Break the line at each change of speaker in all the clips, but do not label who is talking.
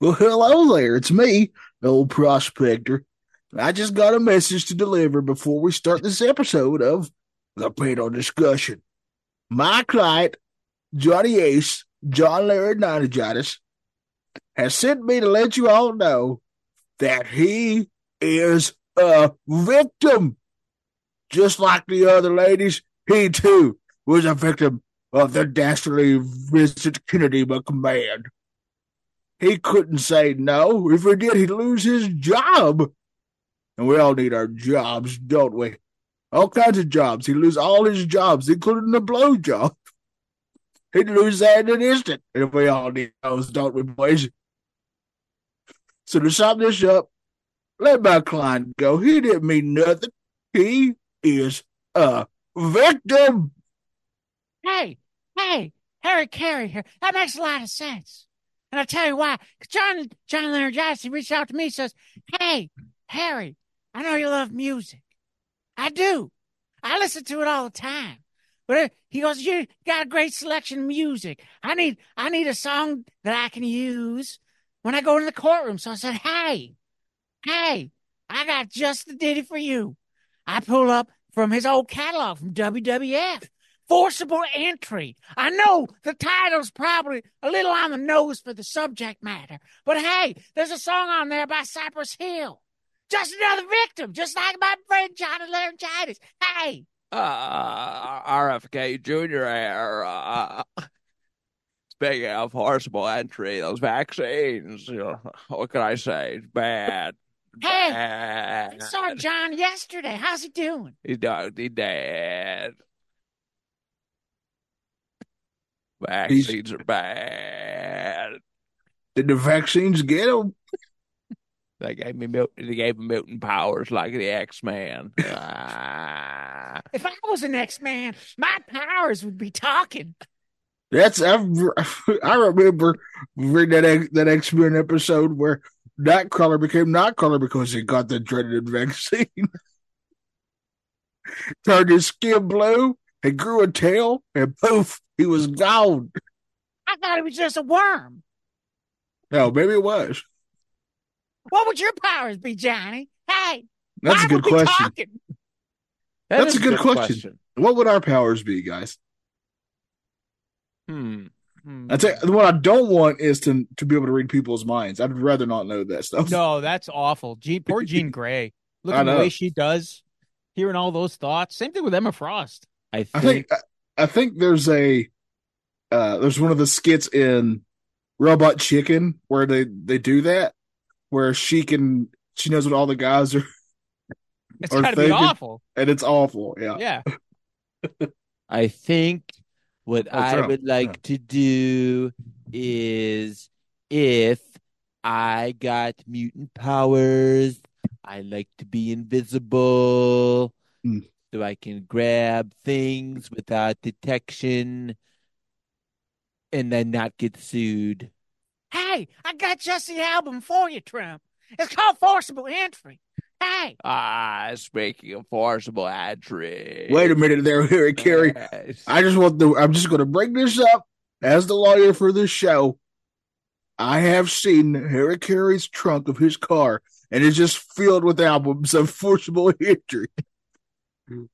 Well, hello there. It's me, old prospector. I just got a message to deliver before we start this episode of the panel discussion. My client, Johnny Ace, John Larry Ninogitis, has sent me to let you all know that he is a victim. Just like the other ladies, he too was a victim of the dastardly Vincent Kennedy McMahon he couldn't say no. If he did, he'd lose his job. And we all need our jobs, don't we? All kinds of jobs. He'd lose all his jobs, including the blow job. He'd lose that in an instant. And we all need those, don't we, boys? So to sum this up, let my client go. He didn't mean nothing. He is a victim.
Hey, hey, Harry Carey here. That makes a lot of sense. And I'll tell you why. 'Cause John John Leonard Johnson reached out to me and says, Hey, Harry, I know you love music. I do. I listen to it all the time. But it- he goes, You got a great selection of music. I need I need a song that I can use when I go to the courtroom. So I said, Hey, hey, I got just the ditty for you. I pull up from his old catalog from WWF forcible entry. I know the title's probably a little on the nose for the subject matter, but hey, there's a song on there by Cypress Hill. Just another victim, just like my friend Johnny Laryngitis. Hey,
uh, RFK Jr. Here, uh, speaking of forcible entry, those vaccines, you know, what can I say? It's bad.
hey, I
Bad.
saw John yesterday. How's he doing?
He's dog, he's dead. Vaccines are bad.
Did the vaccines get him?
They gave me mut- they gave him mutant powers like the X Men. ah.
If I was the next man, my powers would be talking.
That's I've, I remember reading that X, that X Men episode where Nightcrawler became Nightcrawler because he got the dreaded vaccine, turned his skin blue, and grew a tail, and poof, he was gone.
I thought he was just a worm.
No, maybe it was.
What would your powers be, Johnny? Hey,
That's
mine
a good
would be
question.
talking.
That
That's
is
a good question. What would our powers be, guys?
Hmm.
I tell you, what I don't want is to to be able to read people's minds. I'd rather not know that stuff.
No, that's awful. Jean, poor Jean Grey. Look
I
at the
know.
way she does, hearing all those thoughts. Same thing with Emma Frost.
I
I think I- I think there's a uh there's one of the skits in Robot Chicken where they they do that where she can she knows what all the guys are
It's
Or
got to be
thinking-
awful.
and it's awful. Yeah.
Yeah.
I think what
Oh,
I
Trump.
would like to do is if I got mutant powers, I like to be invisible
Mm.
so I can grab things without detection and then not get sued.
Hey, I got just the album for you, Trump. It's called Forcible Entry. Hey,
Ah, speaking of forcible entry.
Wait a minute there, Harry Carey.
Yes.
I just want to I'm just gonna bring this up as the lawyer for this show. I have seen Harry Carey's trunk of his car and it's just filled with albums of forcible entry.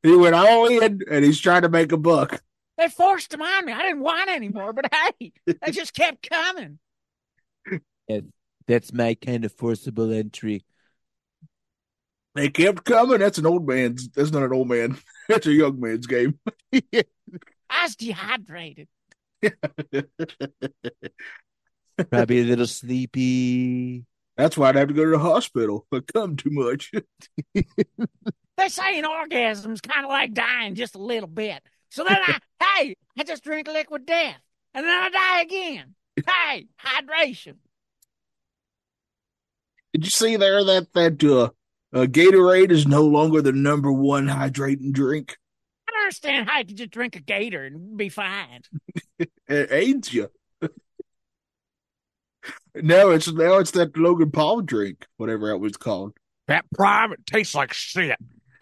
He went all in and he's trying to make a buck.
they forced them on me. I didn't want any more, but hey, they just kept coming.
That's my kind of forcible entry.
They kept coming. That's an old man's. That's not an old man. That's a young man's game.
I was dehydrated.
Probably a little sleepy.
That's why I'd have to go to the hospital. I come too much.
They say an orgasm's kind of like dying just a little bit. So then I, hey, I just drink liquid death, and then I die again. Hey, hydration.
Did you see there that that uh, uh, Gatorade is no longer the number one hydrating drink?
I don't understand how you could just drink a gator and be fine.
It aids you. now it's now it's that Logan Paul drink, whatever it was called.
That prime, it tastes like shit.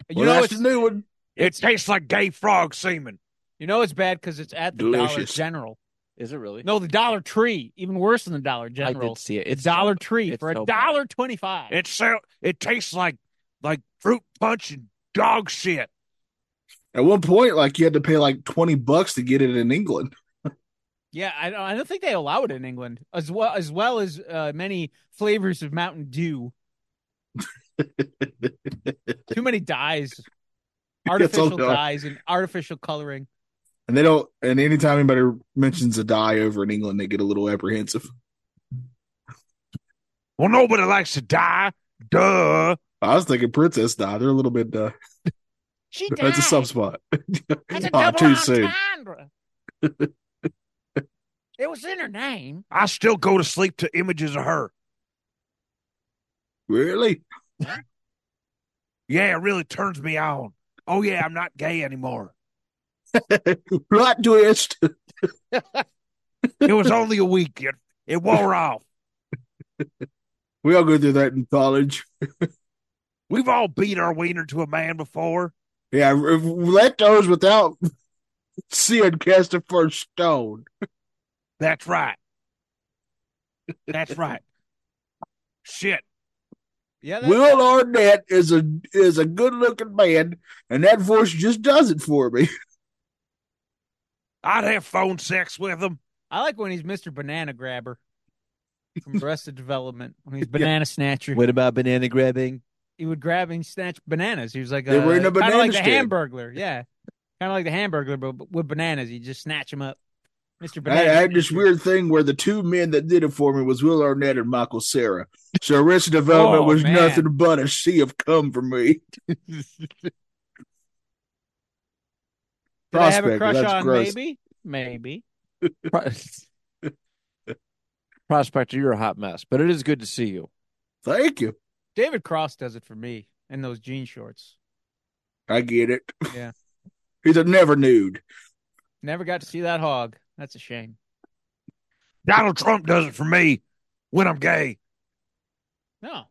You
Well,
know
that's
it's
the new one.
It tastes like gay frog semen.
you know it's bad because it's at the Dollar
Delicious.
General.
Is it really?
No, the Dollar Tree, even worse than the Dollar
I
General.
did see it.
It's
It's
Dollar Tree
it's
for
so
a
bad.
dollar twenty-five.
It so, it tastes like like fruit punch and dog shit.
At one point, like you had to pay like twenty bucks to get it in England.
Yeah, I don't, I don't think they allow it in England as well as well as uh, many flavors of Mountain Dew. Too many dyes, artificial
no.
dyes, and artificial coloring.
And they don't. And anytime anybody mentions a dye over in England, they get a little apprehensive.
Well, nobody likes to die. Duh.
I was thinking princess dye. They're a little bit. Uh,
She died.
that's a sub spot.
That's a
Ah,
double
too soon.
entendre. it was in her name.
I still go to sleep to images of her.
Really?
Yeah, it really turns me on. Oh yeah, I'm not gay anymore.
Plot twist.
It was only a week. It, it wore off.
We all go through that in college.
We've all beat our wiener to a man before.
Yeah, r- let those without seeing cast the first stone.
That's right. That's right. Shit.
Yeah, that,
Will Arnett is a is a good looking man, and that voice just does it for me.
I'd have phone sex with him.
I like when he's Mister Banana Grabber from Arrested Development when he's Banana Snatcher.
What about banana grabbing?
He would grab and snatch bananas. He was like
They
a,
were in a
kind
banana
of like the
stand.
Hamburglar. Yeah, kind of like the Hamburglar, but- but with bananas. He just snatch them up. Mister
I, I
Banana.
had this
Snatcher.
weird thing where the two men that did it for me was Will Arnett and Michael Sarah. So Arrested Development
Oh,
was
man.
nothing but a sea of cum for me.
Did I have
Prospector,
a crush
that's
on
gross.
maybe? Maybe.
Pro- Prospector, you're a hot mess, but it is good to see you.
Thank you.
David Cross does it for me in those jean shorts.
I get it.
Yeah.
He's a never nude.
Never got to see that hog. That's a shame.
Donald Trump does it for me when I'm gay.
No.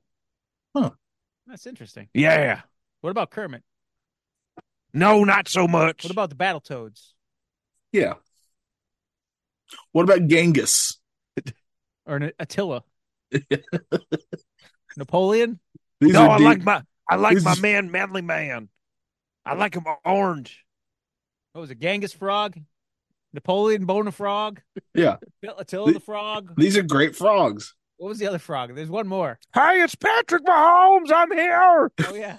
Huh.
That's interesting.
Yeah.
What about Kermit?
No, not so much.
What about the Battletoads?
Yeah. What about Genghis?
Or an Attila? Napoleon?
These
no, I
deep-
like my I like
these
my
is-
man, manly man. I like him orange.
What was it? Genghis Frog? Napoleon Bona Frog?
Yeah.
Attila the Frog?
These are great frogs.
What was the other frog? There's one more.
Hey, it's Patrick Mahomes. I'm here.
Oh,
Hey,
yeah.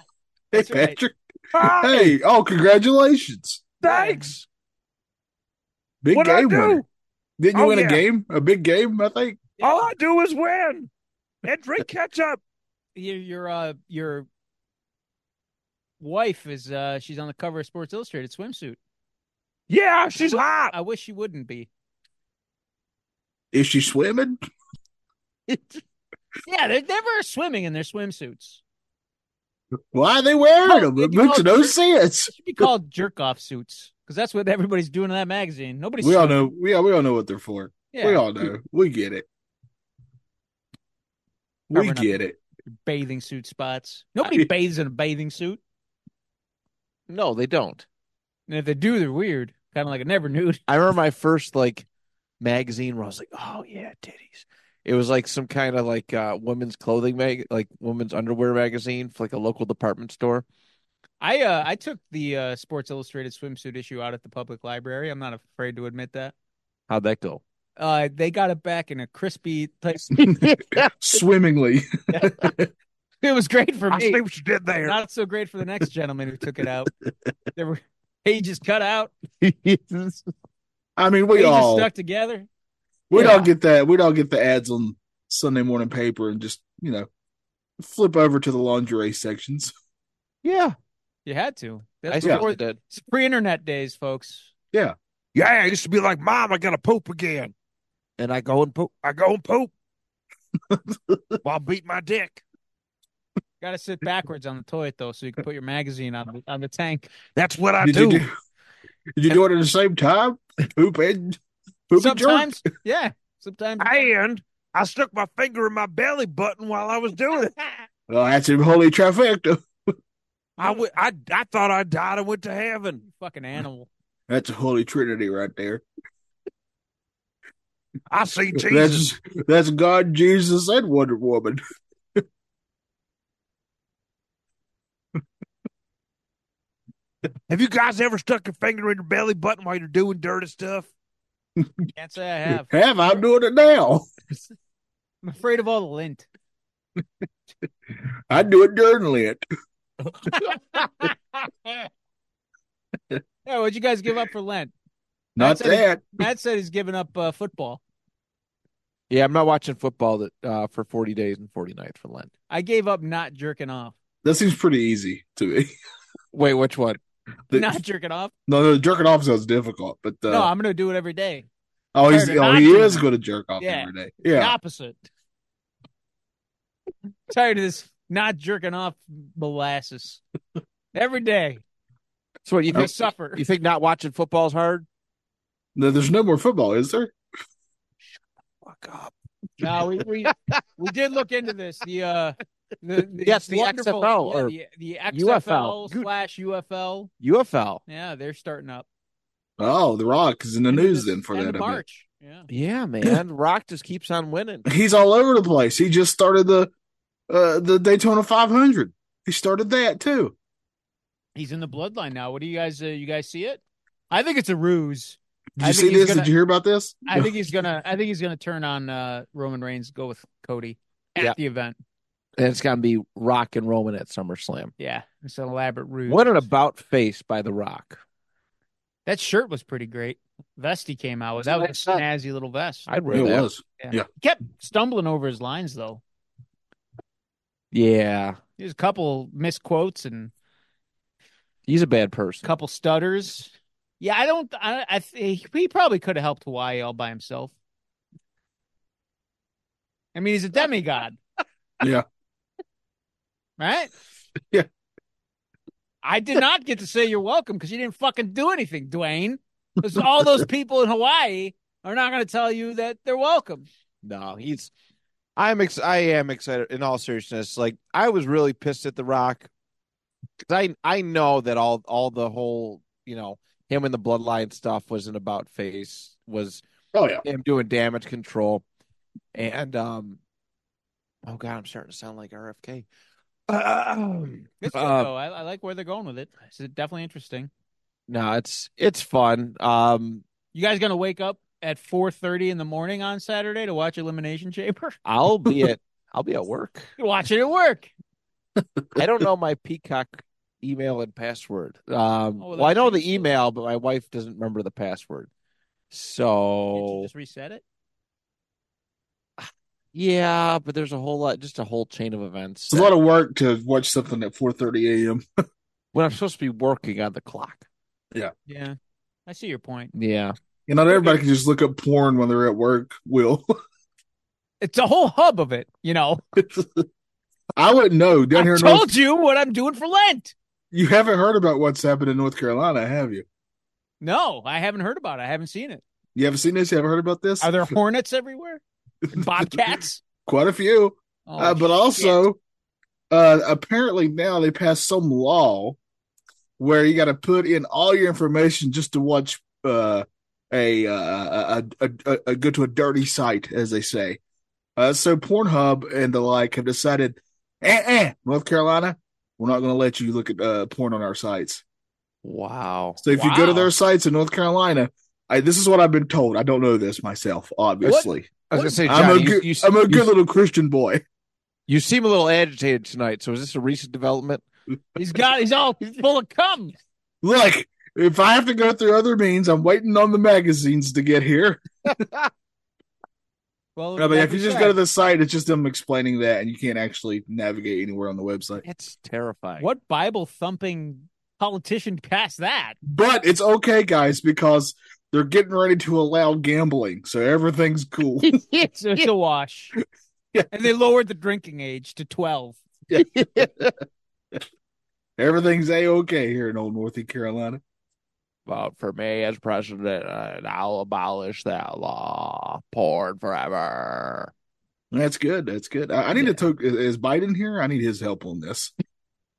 That's right. Ah!
Patrick.
Hi,
Hey, oh, congratulations.
thanks.
Big
What'd I
game
do?
winner. Didn't you
Oh,
win
yeah.
a game? A big game, I think.
All I do is win and drink ketchup.
Your, your, uh, your wife is, uh, she's on the cover of Sports Illustrated swimsuit.
Yeah, she's hot.
I wish she wouldn't be.
Is she swimming?
Yeah, they're never swimming in their swimsuits.
Why are they wearing
No,
them? It
you
makes
know,
no sense.
It should be called jerk off suits because that's what everybody's doing in that magazine. Nobody's.
We all
swimming.
know. Yeah, we all know what they're for.
Yeah,
We all know. We get it. We
Covering up.
get it.
bathing suit spots. Nobody bathes in a bathing suit,
No, they don't.
and if they do, they're weird. Kind of like a never nude.
I remember my first like magazine where I was like, "Oh yeah, titties." It was like some kind of like uh women's clothing mag, like women's underwear magazine for like a local department store.
I uh, I took the uh, Sports Illustrated swimsuit issue out at the public library. I'm not afraid to admit that.
How'd that go?
Uh, they got it back in a crispy place.
Swimmingly.
it was great for
I
me.
see what you did there.
Not so great for the next gentleman who took it out. There were pages cut out,
I mean, we
pages
all
stuck together.
we
yeah.
all get that. We all get the ads on Sunday morning paper and just you know flip over to the lingerie sections.
yeah,
You had to.
I
That's
still
before-
did.
it's pre-internet days, folks.
Yeah, I used to be like, Mom, I gotta poop again.
And I go and poop.
I go and poop while beat my dick.
Got to sit backwards on the toilet though, so you can put your magazine on the on the tank.
That's what I
Did
do.
you do? Did you do it at the same time? Poop and poop and jerk?
Sometimes, yeah. Sometimes
And I stuck my finger in my belly button while I was doing it.
Well, that's a holy trifecta.
I, w- I, I thought I died and went to heaven.
fucking animal.
That's a holy trinity right there.
I see Jesus.
That's that's God, Jesus, and Wonder Woman.
Have you guys ever stuck your finger in your belly button while you're doing dirty stuff?
Can't say I have.
Have I'm doing it now.
I'm afraid of all the lint.
I do it during Lent.
Yeah, what'd you guys give up for Lent?
Not
That's it.
that.
Matt said he's giving up uh, football.
Yeah, I'm not watching football that, uh, for 40 days and 40 nights for Lent.
I gave up not jerking off.
That seems pretty easy to me.
Wait, which one?
The-
not jerking off.
No, no, jerking off sounds difficult, but uh,
no, I'm gonna do it every day.
oh, he's,
Or to
oh,
not
he
do
is
it.
going to jerk off
Yeah.
every day.
The
Yeah,
opposite. Tired of this not jerking off molasses every day.
So what, you
I
think,
suffer.
you think not watching football is hard?
no, there's no more football, is there?
Fuck off.
No, we, we we did look into this. The uh, the, the
Yes, the
wonderful-
XFL or
yeah, the, the
UFL.
XFL slash UFL.
UFL.
Yeah, they're starting up.
Oh, The Rock is in the news
This-
then for
end
that
of
event.
March. Yeah,
Yeah, man. Rock just keeps on winning.
He's all over the place. He just started the uh, the Daytona 500. He started that too.
he's in the bloodline now. What do you guys? Uh, you guys see it? I think it's a ruse.
Did
I
you
think
see
he's
this?
gonna-
Did you hear about this?
I think he's gonna. I think he's gonna turn on uh, Roman Reigns. Go with Cody at
Yeah.
the event.
And it's going to be Rock and Roman at SummerSlam.
Yeah, it's an elaborate ruse.
What an about face by The Rock.
that shirt was pretty great. Vest he came out with. That was a snazzy little vest.
I'd
it
wear that.
was.
He kept stumbling over his lines though.
Yeah.
There's a couple misquotes and
He's a bad
a
person.
couple stutters. Yeah, I don't. I, I th- he probably could have helped Hawaii all by himself. I mean, he's a demigod.
Yeah.
Right.
Yeah.
I did not get to say you're welcome because you didn't fucking do anything, Dwayne. Because all those people in Hawaii are not going to tell you that they're welcome.
No, he's. I'm ex- I am excited in all seriousness. Like I was really pissed at The Rock 'Cause I I know that all all the whole you know him and the bloodline stuff was an about face was
Oh yeah.
him doing damage control and um oh god I'm starting to sound like RFK.
It's good,
Uh,
though. I, I like where they're going with it. It's definitely interesting.
no, it's it's fun. Um,
You guys gonna wake up at four thirty in the morning on Saturday to watch Elimination Chamber?
I'll be at I'll be at work.
watch it at work.
I don't know my Peacock email and password. Um,
Oh, well,
well, I
that
know the
changes it.
email, but my wife doesn't remember the password.
Can't you
Oh.
So
just reset it.
yeah, but there's a whole lot, just a whole chain of events.
It's a lot of work to watch something at 4:30 a.m.
when I'm supposed to be working on the clock.
Yeah, I see your point.
Yeah,
You know, everybody can just look up porn when they're at work. Will
It's a whole hub of it. You know,
I wouldn't know down
I
here.
told
In North,
you what I'm doing for Lent.
you haven't heard about what's happened in North Carolina, have you?
No, I haven't heard about it. I haven't seen it.
You haven't seen this? You haven't heard about this?
Are there hornets everywhere? And bobcats?
Quite a few.
Oh,
uh, but also, uh, apparently now they passed some law where you got to put in all your information just to watch uh, a, uh, a, a, a, a go to a dirty site, as they say. Uh, so Pornhub and the like have decided, eh, eh, North Carolina, we're not going to let you look at uh, porn on our sites.
wow.
So if you go to
Wow.
their sites in North Carolina, I, this is what I've been told. I don't know this myself, obviously.
I was gonna say,
I'm
Johnny,
a
you-
good,
you,
I'm a
you-
good little Christian boy.
you seem a little agitated tonight. So is this a recent development?
he's got he's all full of cum.
Look, if I have to go through other means, I'm waiting on the magazines to get here.
Well,
I mean,
like
if
we
you just
said,
go to the site, it's just them explaining that, and you can't actually navigate anywhere on the website.
It's terrifying.
what Bible thumping politician passed that.
But it's okay, guys, because they're getting ready to allow gambling, so everything's cool.
So it's a wash.
Yeah.
And they lowered the drinking age to 12.
everything's a okay here in Old North Carolina.
Vote for me as president, and I'll abolish that law. Porn forever.
That's good. That's good. I, I need to talk. Is, is Biden here? I need his help on this.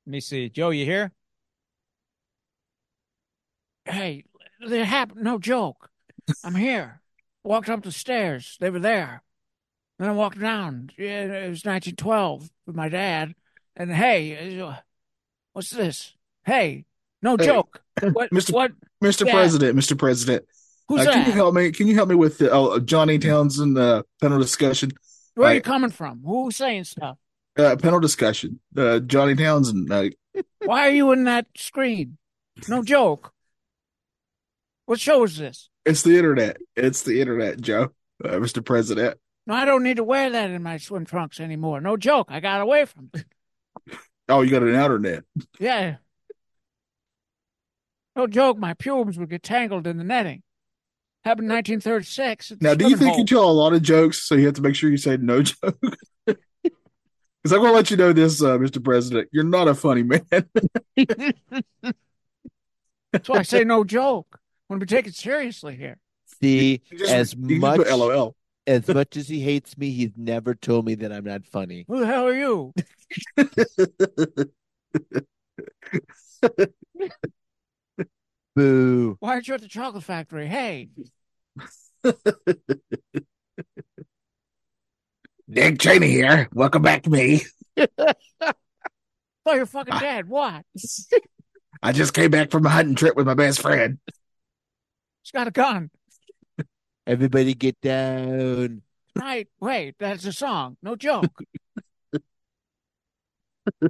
Let me see. Joe, you here?
Hey, it happened. No joke. I'm here. Walked up the stairs. They were there. Then I walked down. Yeah, it was 1912 with my dad. And hey, uh, what's this? Hey, no
Hey.
joke. What?
Mr.
What?
Mr.
Yeah.
President, Mr. President,
Who's
uh, can you
that?
help me? Can you help me with the oh, Johnny Townsend uh, panel discussion?
Where are you
Right.
coming from? Who's saying stuff?
Uh, panel discussion. Uh, Johnny Townsend. Uh,
Why are you in that screen? No joke. What show is this?
it's the internet. It's the internet, Joe. Uh, Mr. President.
No, I don't need to wear that in my swim trunks anymore. No joke. I got away from it.
Oh, you got an outer net.
Yeah. No joke. My pubes would get tangled in the netting. Happened in 1936. at the
Now, do you
swimming
think you
hole.
tell a lot of jokes, so you have to make sure you say no joke? Because I'm going to let you know this, uh, Mr. President. You're not a funny man.
That's why I say no joke. I'm going to be taken seriously here.
See,
You just-
as
you can just
much
put LOL.
as much as he hates me, he's never told me that I'm not funny.
Who the hell are you?
Boo.
Why aren't you at the chocolate factory? Hey,
Dick Cheney here. Welcome back to me.
oh, you're fucking
Ah.
dead. What?
I just came back from a hunting trip with my best friend.
He's got a gun.
Everybody get down.
Right. Wait, that's a song. No joke. I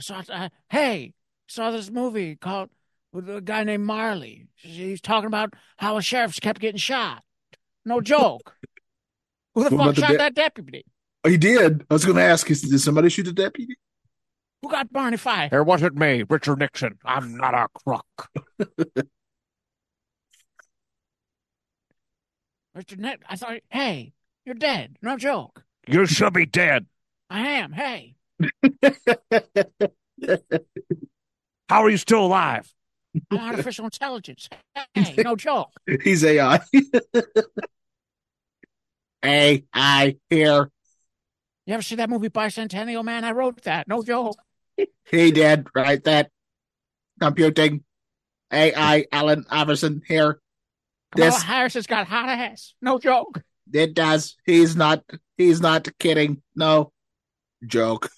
saw. Uh, hey, saw this movie called with a guy named Marley. He's talking about how a sheriffs kept getting shot. No joke. Who the
What about
fuck
the
shot
de-
that deputy?
Oh, He did. I was going to ask, is, did somebody shoot a deputy?
Who got Barney fired?
It wasn't me, Richard Nixon. I'm not a crook.
Mr. Net. I thought. Hey, you're dead. No joke.
You should be dead.
I am. Hey,
How are you still alive?
I'm artificial intelligence. Hey, no joke.
He's AI. AI here.
You ever see that movie Bicentennial Man? I wrote that. No joke.
He did. Right that. Computing. AI Alan Iverson here.
Kamala
This-
Harris has got hot ass. No joke.
It does. He's not. He's not kidding. No joke.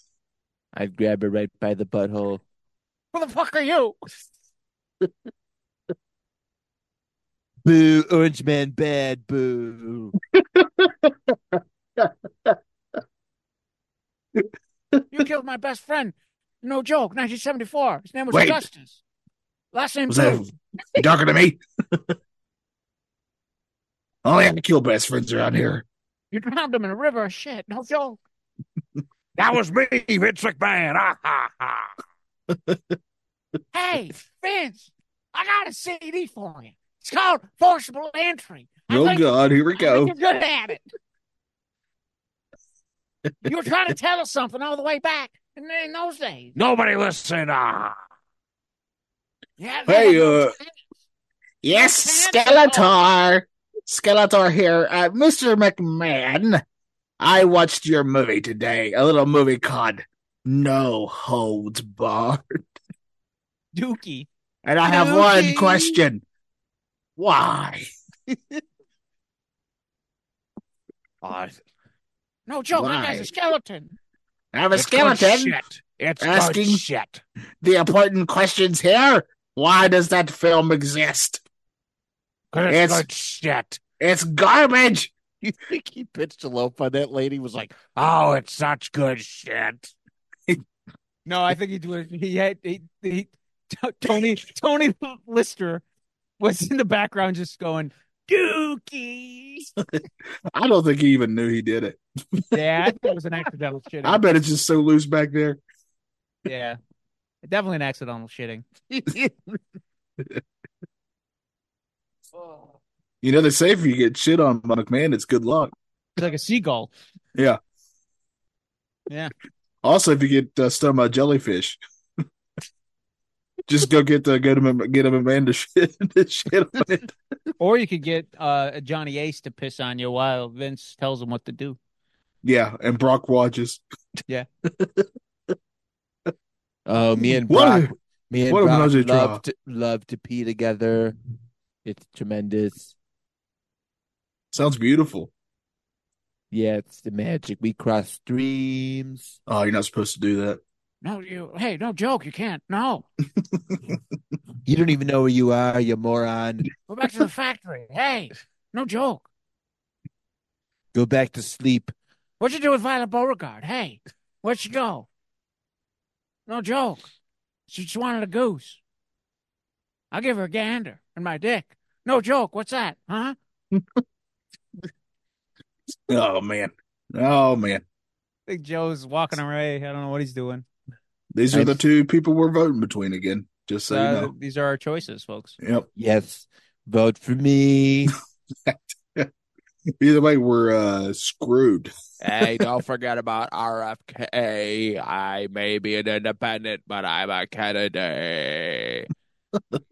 I'd grab her right by the butthole.
Who the fuck are you?
Boo, Orange Man bad, boo.
You killed my best friend. No joke. 1974. His name was
Wait.
Augustus. Last name
Was that
Blue.
you talking to me? Only I can kill best friends around here.
You drowned him in a river of shit. No joke.
That was me, Vince McMahon. Ah, ha, ha.
Hey, Vince, I got a CD for you. It's called Forcible Entry. I
Oh
think-
God, here we
I think
go.
You're good at it. You were trying to tell us something all the way back in, in those days.
Nobody listened. Ah.
Yeah.
Hey,
they had-
uh, Yes,
That's fantastic.
Skeletor. Skeletor here. Uh, Mr. McMahon, I watched your movie today, a little movie called No Holds Barred.
Dookie.
And I have
Movie.
one question. Why?
Ah,
No joke. That
Why?
guy's a skeleton.
I'm a
it's good
skeleton.
shit. It's
Asking-
good shit.
The important question's here. Why does that film exist?
'Cause It's,
It's-
good shit.
It's garbage.
You think he pitched a loaf on that lady? Was like,
Oh, it's such good shit.
No, I think he was. He had he, he Tony Tony Lister was in the background just going Dookie.
I don't think he even knew he did it.
Yeah, I think it was an accidental shit.
I bet it's just so loose back there.
Yeah, Definitely an accidental shitting.
You know, they say if you get shit on by McMahon, it's good luck.
It's like a seagull.
Also, if you get uh, stung by jellyfish, just go get the go to Mc- get a McMahon to shit, to shit on it.
Or you could get uh, Johnny Ace to piss on you while Vince tells him what to do.
Yeah, and Brock watches.
Oh, me and
What?
Brock, me and
what a
Brock
menage a
love
trois.
to love to pee together. It's tremendous.
Sounds beautiful.
Yeah, it's the magic. We cross streams.
Oh, you're not supposed to do that.
No, you. Hey, no joke. You can't. No.
You don't even know where you are, you moron.
Go back to the factory. Hey, no joke.
Go back to sleep.
What you do with Violet Beauregard? Hey, where'd she go? No joke. She just wanted a goose. I'll give her a gander and my dick. No joke. What's that? Huh?
Oh man. Oh man.
I think Joe's walking away. I don't know what he's doing.
These are the two people we're voting between again. Just so
Uh,
you know.
These are our choices, folks.
Yep.
Yes, vote for me.
Either way, we're uh screwed.
hey, don't forget about RFK. I may be an independent, but I'm a candidate.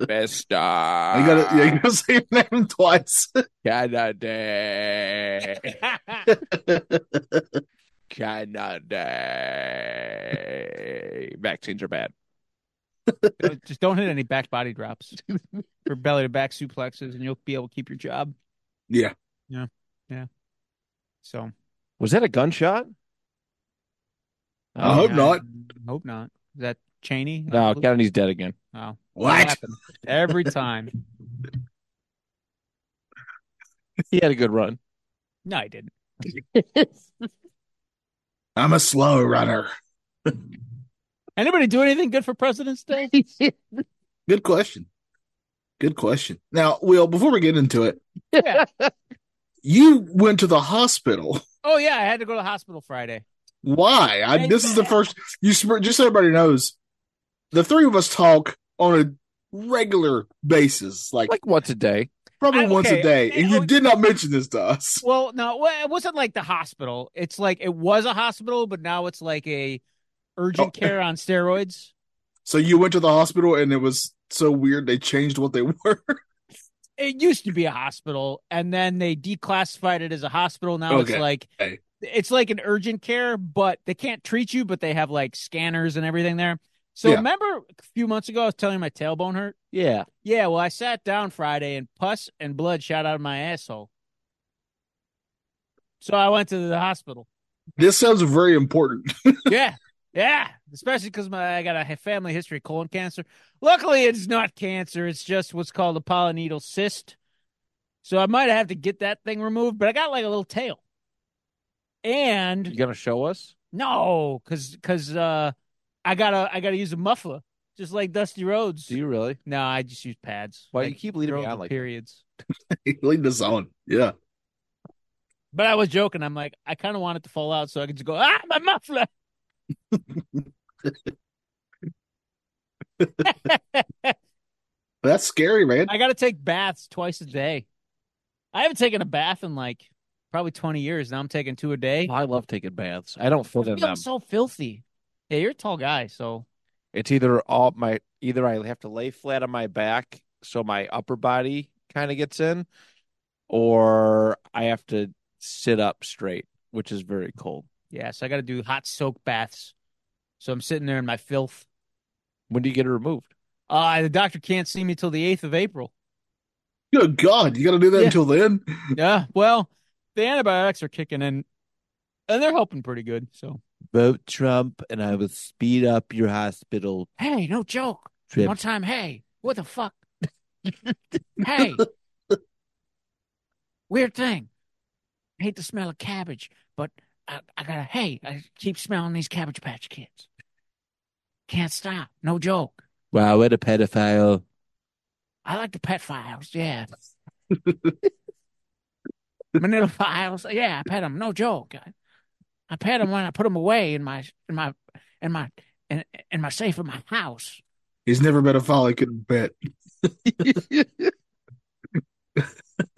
Mister
You gotta,
Ah.
yeah, you gotta say your name twice.
Kennedy. Kennedy. Vaccines are bad.
Uh, Just don't hit any back body drops or belly to back suplexes, and you'll be able to keep your job.
yeah.
So
Was that a gunshot?
I hope
yeah,
not.
Hope not. Is that Cheney?
No, Kennedy's dead again.
Oh, that
What?
happens every time.
He had a good run.
No, I didn't.
I'm a slow runner.
Anybody do anything good for President's Day?
Good question. Good question. Now, Will, before we get into it,
Yeah.
you went to the hospital.
Oh yeah, I had to go to the hospital Friday.
Why? I, this is the first. You sp- just so everybody knows, the three of us talk on a regular basis, like,
Like once a day.
probably
I-
once a
okay,
day,
okay,
and you
oh,
did not mention this to us.
Well, no, well, it wasn't like the hospital. It's like it was a hospital, but now it's like a urgent
Oh.
care on steroids.
So you went to the hospital, and it was so weird they changed what they were.
it used to be a hospital and then they declassified it as a hospital now
Okay.
it's like
Okay.
it's like an urgent care but they can't treat you but they have like scanners and everything there so
Yeah.
remember a few months ago i was telling you my tailbone hurt
Yeah.
yeah well i sat down friday and pus and blood shot out of my asshole so i went to the hospital
this sounds very important.
yeah yeah especially because my i got a family history of colon cancer luckily it's not cancer it's just what's called a polyneedle cyst so i might have to get that thing removed but i got like a little tail
You
and
gonna show us?
no because because uh i gotta i gotta use a muffler just like dusty roads
Do you really?
no i just use pads
Why do
Like,
you keep leading me
girls
on
with
like that?
periods
Leave this on. Yeah.
but i was joking i'm like i kind of want it to fall out so i could just go ah my muffler
That's scary, man.
I got to take baths twice a day. I haven't taken a bath in like probably 20 years. Now I'm taking two a day.
Oh, I love taking baths. I don't fit
I
in
feel
them.
so filthy. Yeah, you're a tall guy, so
It's either all my either I have to lay flat on my back so my upper body kind of gets in, or I have to sit up straight, which is very cold.
yeah, so I got to do hot soak baths. So I'm sitting there in my filth.
When do you get it removed?
Uh, the doctor can't see me till the 8th of April.
Good God, you got to do that
Yeah.
until then.
Yeah, well, the antibiotics are kicking in and they're helping pretty good. So,
Vote Trump, and I will speed up your hospital
Hey, no joke.
trip.
One time, hey, what the fuck? hey, weird thing. I hate the smell of cabbage, but I, I gotta, hey, I keep smelling these Cabbage Patch kids. Can't stop. No joke.
Wow, what a pedophile!
I like the pet files. Yeah. Manila files. Yeah, I pet them. No joke. I, I pet them when I put them away in my, in my, in my, in, in my safe in my house.
He's never been a foul he couldn't bet.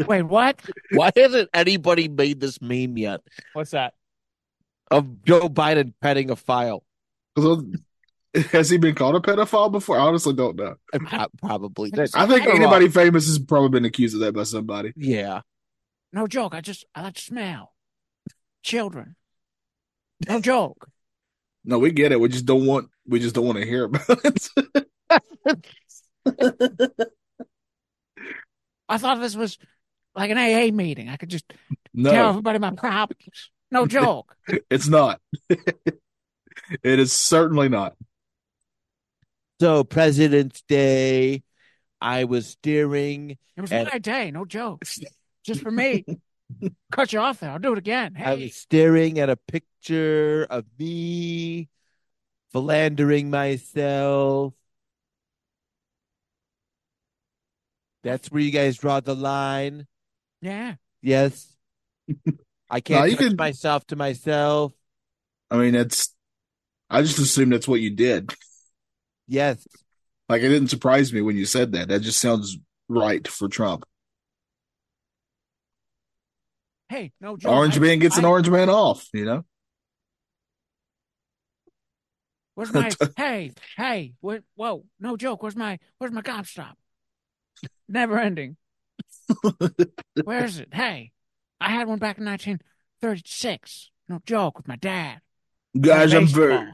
Wait, what?
Why hasn't anybody made this meme yet
What's that?
of Joe Biden petting a file?
'Cause of- Has he been called a pedophile before? I honestly don't know.
Uh, pro- Probably.
I think
Come
anybody famous has probably been accused of that by somebody.
Yeah.
No joke. I just I like to smell children. No joke.
No, we get it. We just don't want. We just don't want to hear about it.
I thought this was like an AA meeting. I could just tell
No,
everybody my problems. No joke.
it's not. it is certainly not.
So President's Day, I was steering.
It was
And-
my day. No joke. Just for me. Cut you off there. I'll do it again.
I
Hey,
was staring at a picture of me philandering myself. That's where you guys draw the line.
yeah.
Yes. I can't
you
touch
can-
myself to myself.
I mean, it's. I just assume that's what you did.
Yes.
Like it didn't surprise me when you said that. That just sounds right for Trump.
Hey, no joke.
Orange
I-
man gets an
I-
orange man off. You know.
Where's my hey hey? What? Whoa! No joke. Where's my where's my gobstop? Never ending. Where is it? Hey, I had one back in 1936. No joke with my dad.
Guys, I'm
Baseball.
very.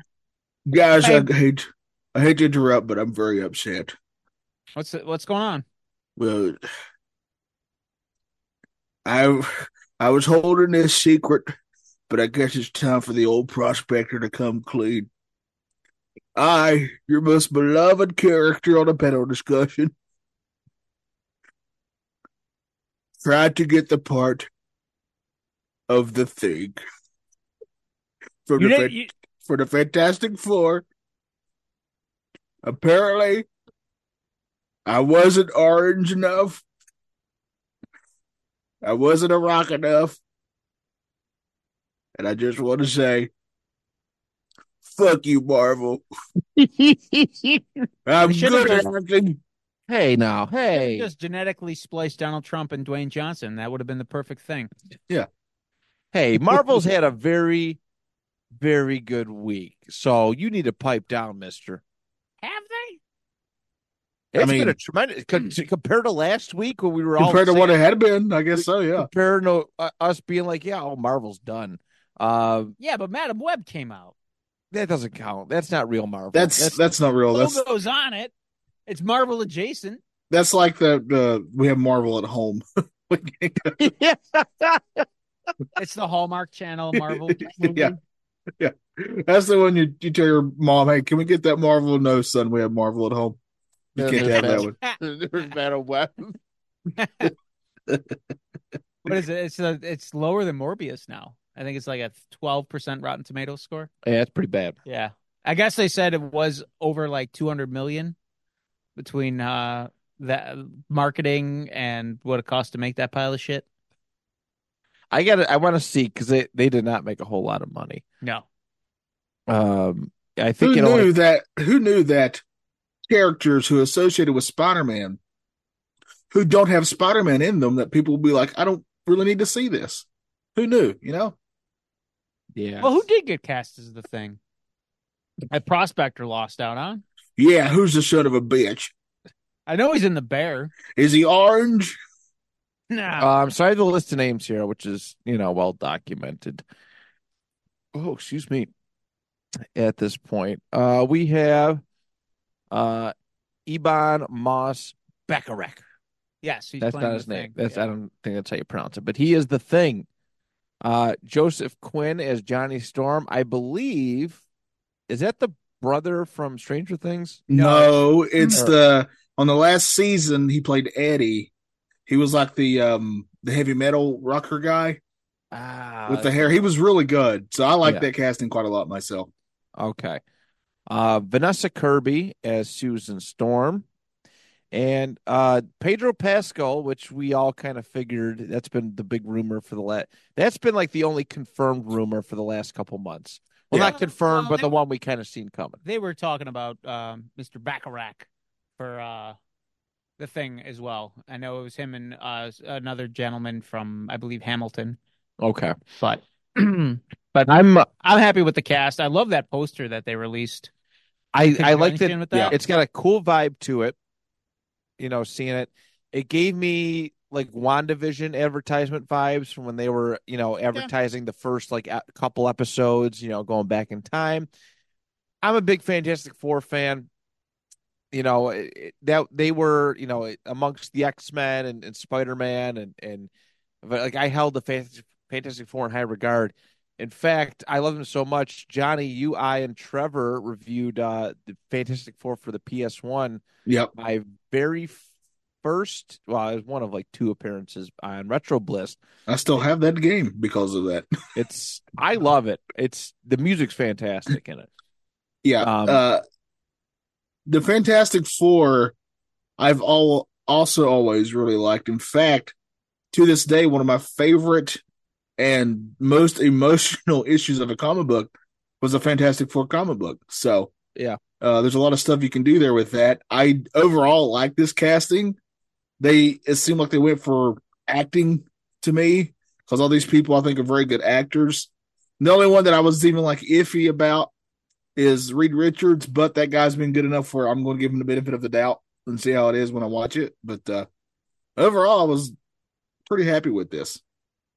Guys, I hate. I hate to interrupt, but I'm very upset.
What's what's going on?
Well, I I was holding this secret, but I guess it's time for the old prospector to come clean. I, your most beloved character on a panel discussion, tried to get the part of the thing from
You
the
didn't,
fan-
you-
for the Fantastic Four. Apparently, I wasn't orange enough. I wasn't a rock enough. And I just want to say, fuck you, Marvel. I'm
We should've
good at acting.
Hey now, hey.
just genetically spliced Donald Trump and Dwayne Johnson. That would have been the perfect thing.
Hey, Marvel's had a very, very good week. So you need to pipe down, mister.
Have they?
It's
mean-
been a tremendous con- compared to last week when we were all
Compared to
saying-
what it had been, I guess so, yeah.
compared to uh, us being like, yeah, oh, Marvel's done. Uh,
Yeah, but Madam Web came out.
that doesn't count. That's not real Marvel.
That's that's not real. That's
Logo's on it. It's Marvel adjacent.
that's like the uh, we have Marvel at home.
It's the Hallmark Channel Marvel.
yeah. Yeah. That's the one you, you tell your mom, hey, can we get that Marvel? No, son, we have Marvel at home. You
Yeah,
can't
that's
have that
bad.
one.
there's Madam Web.
What is it? It's a, it's lower than Morbius now. I think it's like a twelve percent Rotten Tomatoes score.
Yeah, that's pretty bad.
Yeah. I guess they said it was over like 200 million between uh that marketing and what it cost to make that pile of shit.
I got. to I want to see because they they did not make a whole lot of money.
No.
Um, I think
Who
it
knew
only
that? Who knew that characters who are associated with Spider-Man, who don't have Spider-Man in them, that people will be like, I don't really need to see this. Who knew? You know,
yeah.
Well, who did get cast as the thing? A prospector lost out on.
yeah. Who's the son of a bitch?
I know he's in the bear.
Is he orange?
No.
Um, so I have the list of names here, which is you know well documented. Oh, excuse me. At this point, uh, we have uh, Ebon Moss Bacharach.
yes, he's
that's
playing
not
the
his name.
thing.
That's
Yeah.
I don't think that's how you pronounce it. But he is the thing. Uh, Joseph Quinn as Johnny Storm, I believe. Is that the brother from Stranger Things?
No, it's
Mm.
the on the last season he played Eddie. He was like the um the heavy metal rocker guy
Ah,
with the hair. He was really good, so I like
Yeah.
that casting quite a lot myself.
Okay. Uh, Vanessa Kirby as Susan Storm. And uh, Pedro Pascal, which we all kind of figured that's been the big rumor for the last. That's been like the only confirmed rumor for the last couple months. Well,
Yeah.
not confirmed,
Well,
but
they-
the one we kind of seen coming.
They were talking about um, Mr. Bacharach for uh, the thing as well. I know it was him and uh, s- another gentleman from, I believe, Hamilton.
Okay.
But but
I'm uh,
I'm happy with the cast. I love that poster that they released.
I
Could
I
you
like that.
understand with that?
yeah, It's got a cool vibe to it. You know, seeing it, it gave me like WandaVision advertisement vibes from when they were, you know, advertising the first like a- couple episodes. You know, going back in time. I'm a big Fantastic Four fan. You know it, it- that they were, you know, amongst the X Men and, and Spider Man and and but like I held the Fantastic, Fantastic Four in high regard. In fact, I love them so much. Johnny, you, I, and Trevor reviewed uh, the Fantastic Four for the PS1.
Yep.
My very f- first, well, it was one of like two appearances on Retro Bliss.
I still have that game because of that.
It's, I love it. It's the music's fantastic in it.
Yeah.
Um,
uh, the Fantastic Four, I've all also always really liked. In fact, to this day, one of my favorite and most emotional issues of a comic book was the Fantastic Four comic book. So
Yeah.
uh, there's a lot of stuff you can do there with that. I overall like this casting. They it seemed like they went for acting to me because all these people I think are very good actors. The only one that I was even like iffy about is Reed Richards, but that guy's been good enough where I'm going to give him the benefit of the doubt and see how it is when I watch it. But uh, overall, I was pretty happy with this.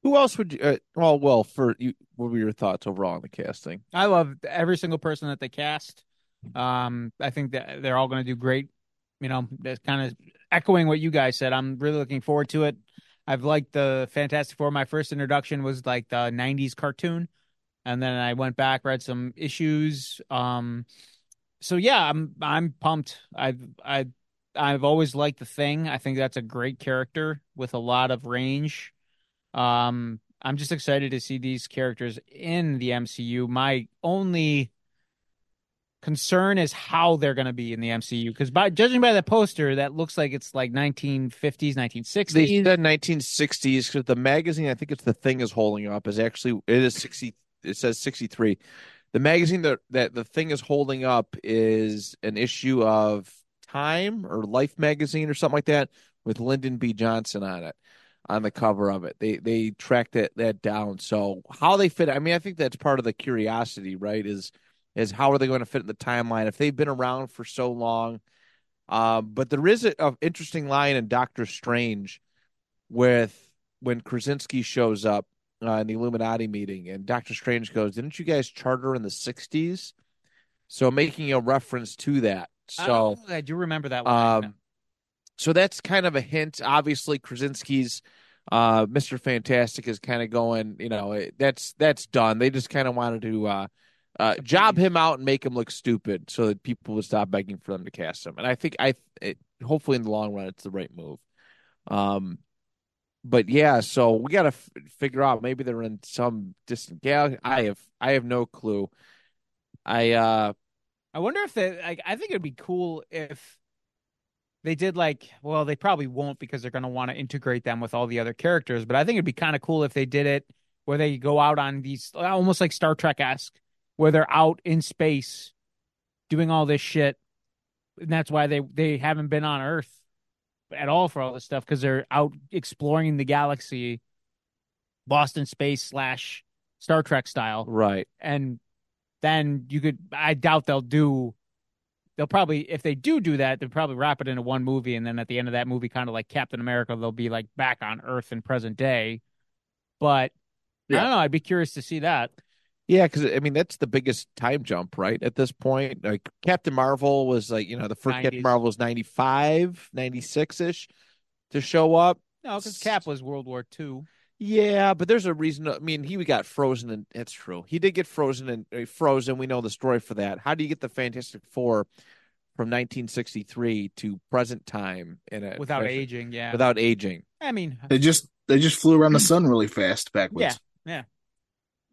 Who else would you, uh, well, well, for you, what were your thoughts overall on the casting?
I love every single person that they cast. Um, I think that they're all going to do great. You know, that's kind of echoing what you guys said. I'm really looking forward to it. I've liked the Fantastic Four. My first introduction was like the '90s cartoon, and then I went back, read some issues. Um, so yeah, I'm I'm pumped. I've I I've always liked the Thing. I think that's a great character with a lot of range. Um, I'm just excited to see these characters in the MCU. My only concern is how they're going to be in the MCU because by judging by the poster, that looks like it's like 1950s, 1960s.
They said 1960s because the magazine I think it's the thing is holding up is actually it is 60. It says 63. The magazine that that the thing is holding up is an issue of Time or Life magazine or something like that with Lyndon B. Johnson on it on the cover of it. They they tracked that that down. So how they fit? I mean, I think that's part of the curiosity, right? Is is how are they going to fit in the timeline if they've been around for so long? Um, but there is a, a interesting line in Doctor Strange with when Krasinski shows up uh, in the Illuminati meeting, and Doctor Strange goes, "Didn't you guys charter in the '60s?" So making a reference to that. So
Oh, I do remember that one.
um, so that's kind of a hint. Obviously, Krasinski's uh, Mr. Fantastic is kind of going. You know, it- that's that's done. They just kind of wanted to uh, uh, job him out and make him look stupid, so that people would stop begging for them to cast him. And I think I it, hopefully in the long run, it's the right move. Um, but yeah, so we got to f- figure out. Maybe they're in some distant galaxy. I have I have no clue. I uh
I wonder if they like I think it'd be cool if they did like well they probably won't because they're going to want to integrate them with all the other characters but I think it'd be kind of cool if they did it where they go out on these almost like Star Trek esque where they're out in space doing all this shit and that's why they they haven't been on Earth at all for all this stuff because they're out exploring the galaxy Boston space slash Star Trek style
right.
and then you could i doubt they'll do they'll probably if they do do that they'll probably wrap it into one movie and then at the end of that movie kind of like captain america they'll be like back on earth in present day but i don't know i'd be curious to see that
Yeah, because I mean that's the biggest time jump, right? At this point, like Captain Marvel was like you know the first Captain
90s.
Marvel was 95, 96 ish to show up.
no because cap was world war ii
Yeah, but there's a reason. I mean, he got frozen, and that's true. He did get frozen and uh, frozen. We know the story for that. How do you get the Fantastic Four from 1963 to present time in a
without
fashion-
aging yeah
Without aging,
i mean
They just they just flew around the sun really fast backwards.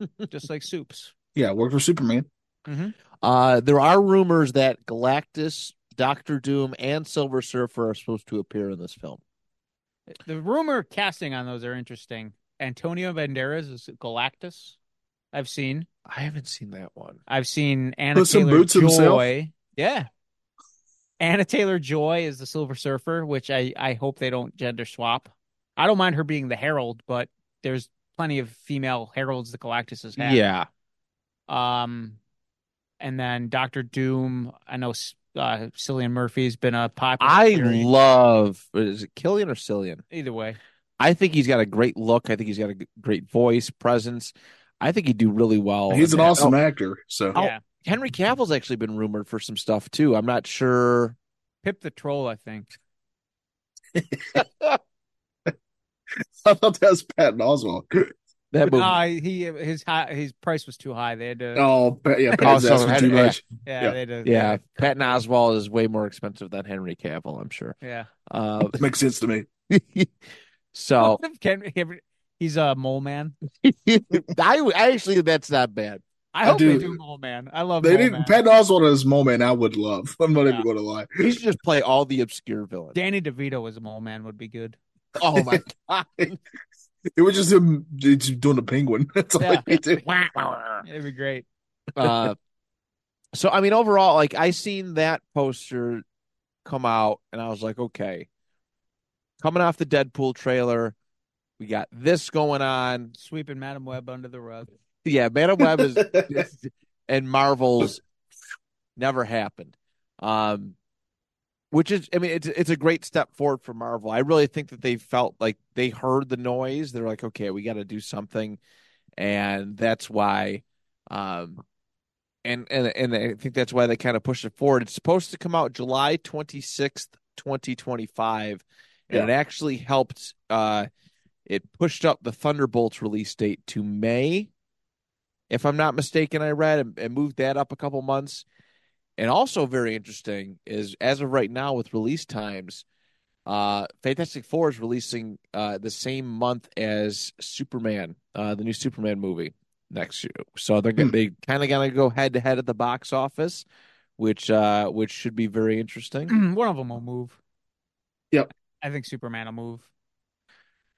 just like soups Mm-hmm.
Yeah, worked for Superman.
uh, there are rumors that Galactus, Doctor Doom, and Silver Surfer are supposed to appear in this film.
the rumor casting on those are interesting antonio banderas is galactus i've seen
I haven't seen that one.
I've seen Anna
Put some
Taylor
boots
Joy.
himself.
Yeah. Anna Taylor Joy is the Silver Surfer, which I, I hope they don't gender swap. I don't mind her being the Herald, but there's plenty of female Heralds the Galactus has had.
Yeah.
Um, and then Doctor Doom. I know uh, Cillian Murphy's been a popular.
I
theory.
love is it Killian or Cillian?
either way.
I think he's got a great look. I think he's got a g- great voice, presence. I think he'd do really well.
He's an
in that.
awesome
Oh,
actor. So
Oh.
Yeah,
Henry Cavill's actually been rumored for some stuff too. I'm not sure.
Pip the Troll. I think.
I thought that was Patton Oswald.
That movie.
Nah, he his high, his price was too high. They had to.
Oh, Pat- yeah, Patton's
so
asking
had-
too
yeah.
much.
yeah,
yeah.
They had to,
yeah, Patton Oswald is way more expensive than Henry Cavill. I'm sure.
yeah.
Uh,
Makes sense to me.
so
Can- he's a mole man.
I, I actually that's not bad.
I
I
hope
do.
they do mole man. I love.
They
mole
didn't.
man.
Patton Oswald is mole man. I would love. I'm not
Yeah.
even going to lie.
He should just play all the obscure villains.
Danny DeVito as a mole man would be good.
Oh my god!
It was just him it's doing the penguin. That's all
Yeah.
he did.
It'd be great.
Uh, so I mean, overall, like I seen that poster come out, and I was like, okay, coming off the Deadpool trailer, we got this going on.
Sweeping Madam Web under the rug.
Yeah, Madam Web is and Marvel's never happened. Um which is I mean it's it's a great step forward for Marvel. I really think that they felt like they heard the noise. They're like, okay, we gotta do something. And that's why um and and and I think that's why they kind of pushed it forward. It's supposed to come out July twenty sixth, twenty twenty five. And it actually helped uh it pushed up the Thunderbolts release date to May if I'm not mistaken, I read and, and moved that up a couple months. And also very interesting is as of right now with release times, uh, Fantastic Four is releasing uh, the same month as Superman, uh, the new Superman movie next year. So they're gonna,
Hmm.
they kind of gonna go head to head at the box office, which uh, which should be very interesting.
One of them will move.
Yep.
I think Superman will move.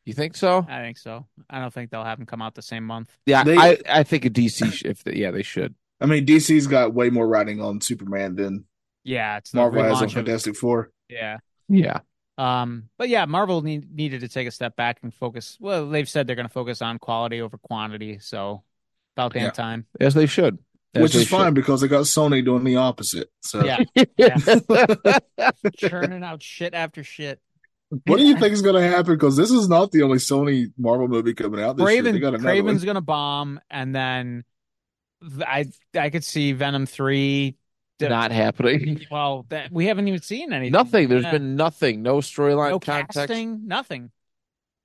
You think so?
I think so. I don't think they'll have him come out the same month.
Yeah,
They-
I, I think a DC sh- if they, yeah they should.
I mean, DC's got way more writing on Superman than
Yeah, it's the
Marvel has on
relaunch of-
Fantastic Four.
yeah.
Yeah,
Um, but yeah, Marvel need, needed to take a step back and focus. Well, they've said they're going to focus on quality over quantity, so about damn
Yeah.
time.
as they should. As
Which
they
is fine because they got Sony doing the opposite. So,
Yeah,
should.
churning out shit after shit.
what do you think is going to happen? Because this is not the only Sony Marvel movie coming out this year. They
Craven,
got another
Craven's
one.
gonna bomb, and then th- I I could see Venom three. the-
Not happening.
Well, that we haven't even seen anything.
Nothing. There's
Yeah.
been nothing. No storyline
no
context.
casting, nothing.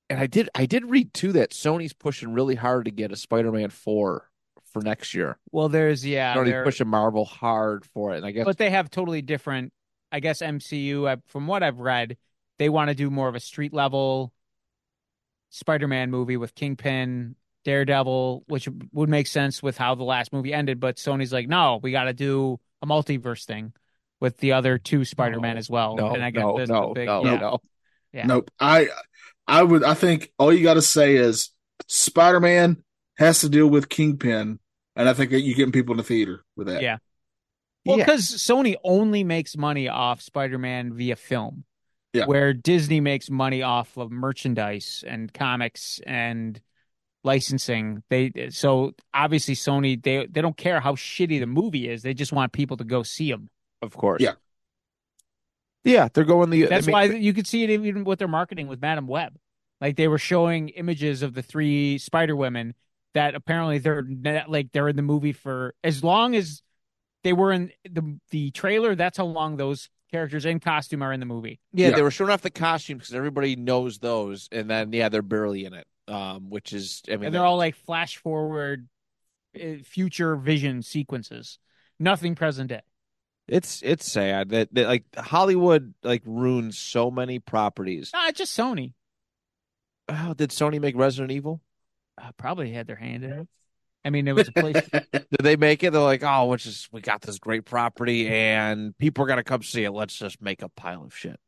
And I did I did read too that Sony's pushing really hard to get a Spider-Man 4 for next year.
Well, there's yeah,
They're already
there-
pushing Marvel hard for it. And I guess
but they have totally different. I guess MCU. I- From what I've read, they want to do more of a street level Spider-Man movie with Kingpin, Daredevil, which would make sense with how the last movie ended. But Sony's like, no, we got to do a multiverse thing with the other two Spider-Man
No,
as well.
no,
and I guess
no,
this is
no,
the big,
no,
yeah.
no.
yeah.
Nope. I, I would, I think all you got to say is Spider Man has to deal with Kingpin. And I think that you're getting people in the theater with that.
Yeah. Well,
Yeah.
because Sony only makes money off Spider-Man via film,
Yeah.
where Disney makes money off of merchandise and comics and licensing. They so obviously Sony they they don't care how shitty the movie is. They just want people to go see them.
Of course.
Yeah.
Yeah, they're going the
That's
I mean,
why you could see it even with their marketing with Madam Web. Like they were showing images of the three Spider Women that apparently they're not, like they're in the movie for as long as they were in the the trailer. That's how long those characters in costume are in the movie.
yeah,
Yeah.
they were showing off the costumes because everybody knows those and then yeah, they're barely in it. Um which is I mean
and they're all like flash forward, uh, future vision sequences. Nothing present day.
it's it's sad that, that like Hollywood like ruins so many properties.
No, it's Uh, just Sony.
Oh, did Sony make Resident Evil?
Uh, probably had their hand in it. I mean, it was a place.
Did they make it? They're like, oh, which is we got this great property and people are gonna come see it. Let's just make a pile of shit.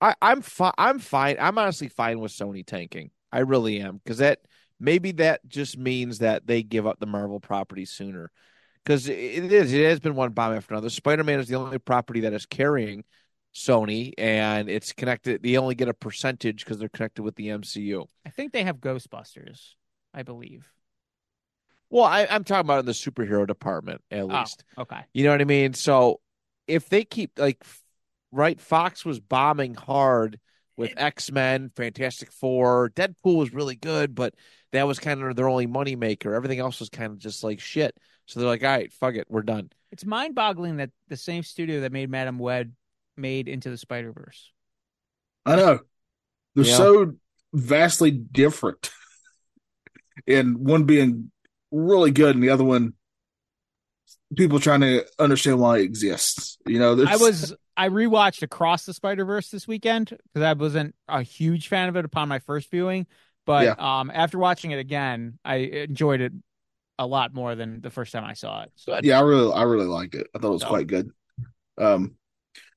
I, I'm fine. I'm fine. I'm honestly fine with Sony tanking. I really am because that Maybe that just means that they give up the Marvel property sooner. Because it is, it has been one bomb after another. Spider Man is the only property that is carrying Sony, and it's connected. They only get a percentage because they're connected with the MCU.
I think they have Ghostbusters, I believe.
Well, I, I'm talking about in the superhero department, at
Oh,
least.
okay.
You know what I mean? So if they keep like f- right, Fox was bombing hard with X Men, Fantastic Four, Deadpool was really good, but that was kind of their only moneymaker. Everything else was kind of just like shit. So they're like, all right, fuck it, we're done.
It's mind boggling that the same studio that made Madame Web made Into the Spider Verse.
I know. They're
Yeah.
so vastly different. and one being really good and the other one people trying to understand why it exists. You know, there's
I was I rewatched Across the Spider Verse this weekend because I wasn't a huge fan of it upon my first viewing, but
Yeah.
um, after watching it again, I enjoyed it a lot more than the first time I saw it. So
yeah, I really I really liked it. I thought it was
So-
quite good. Um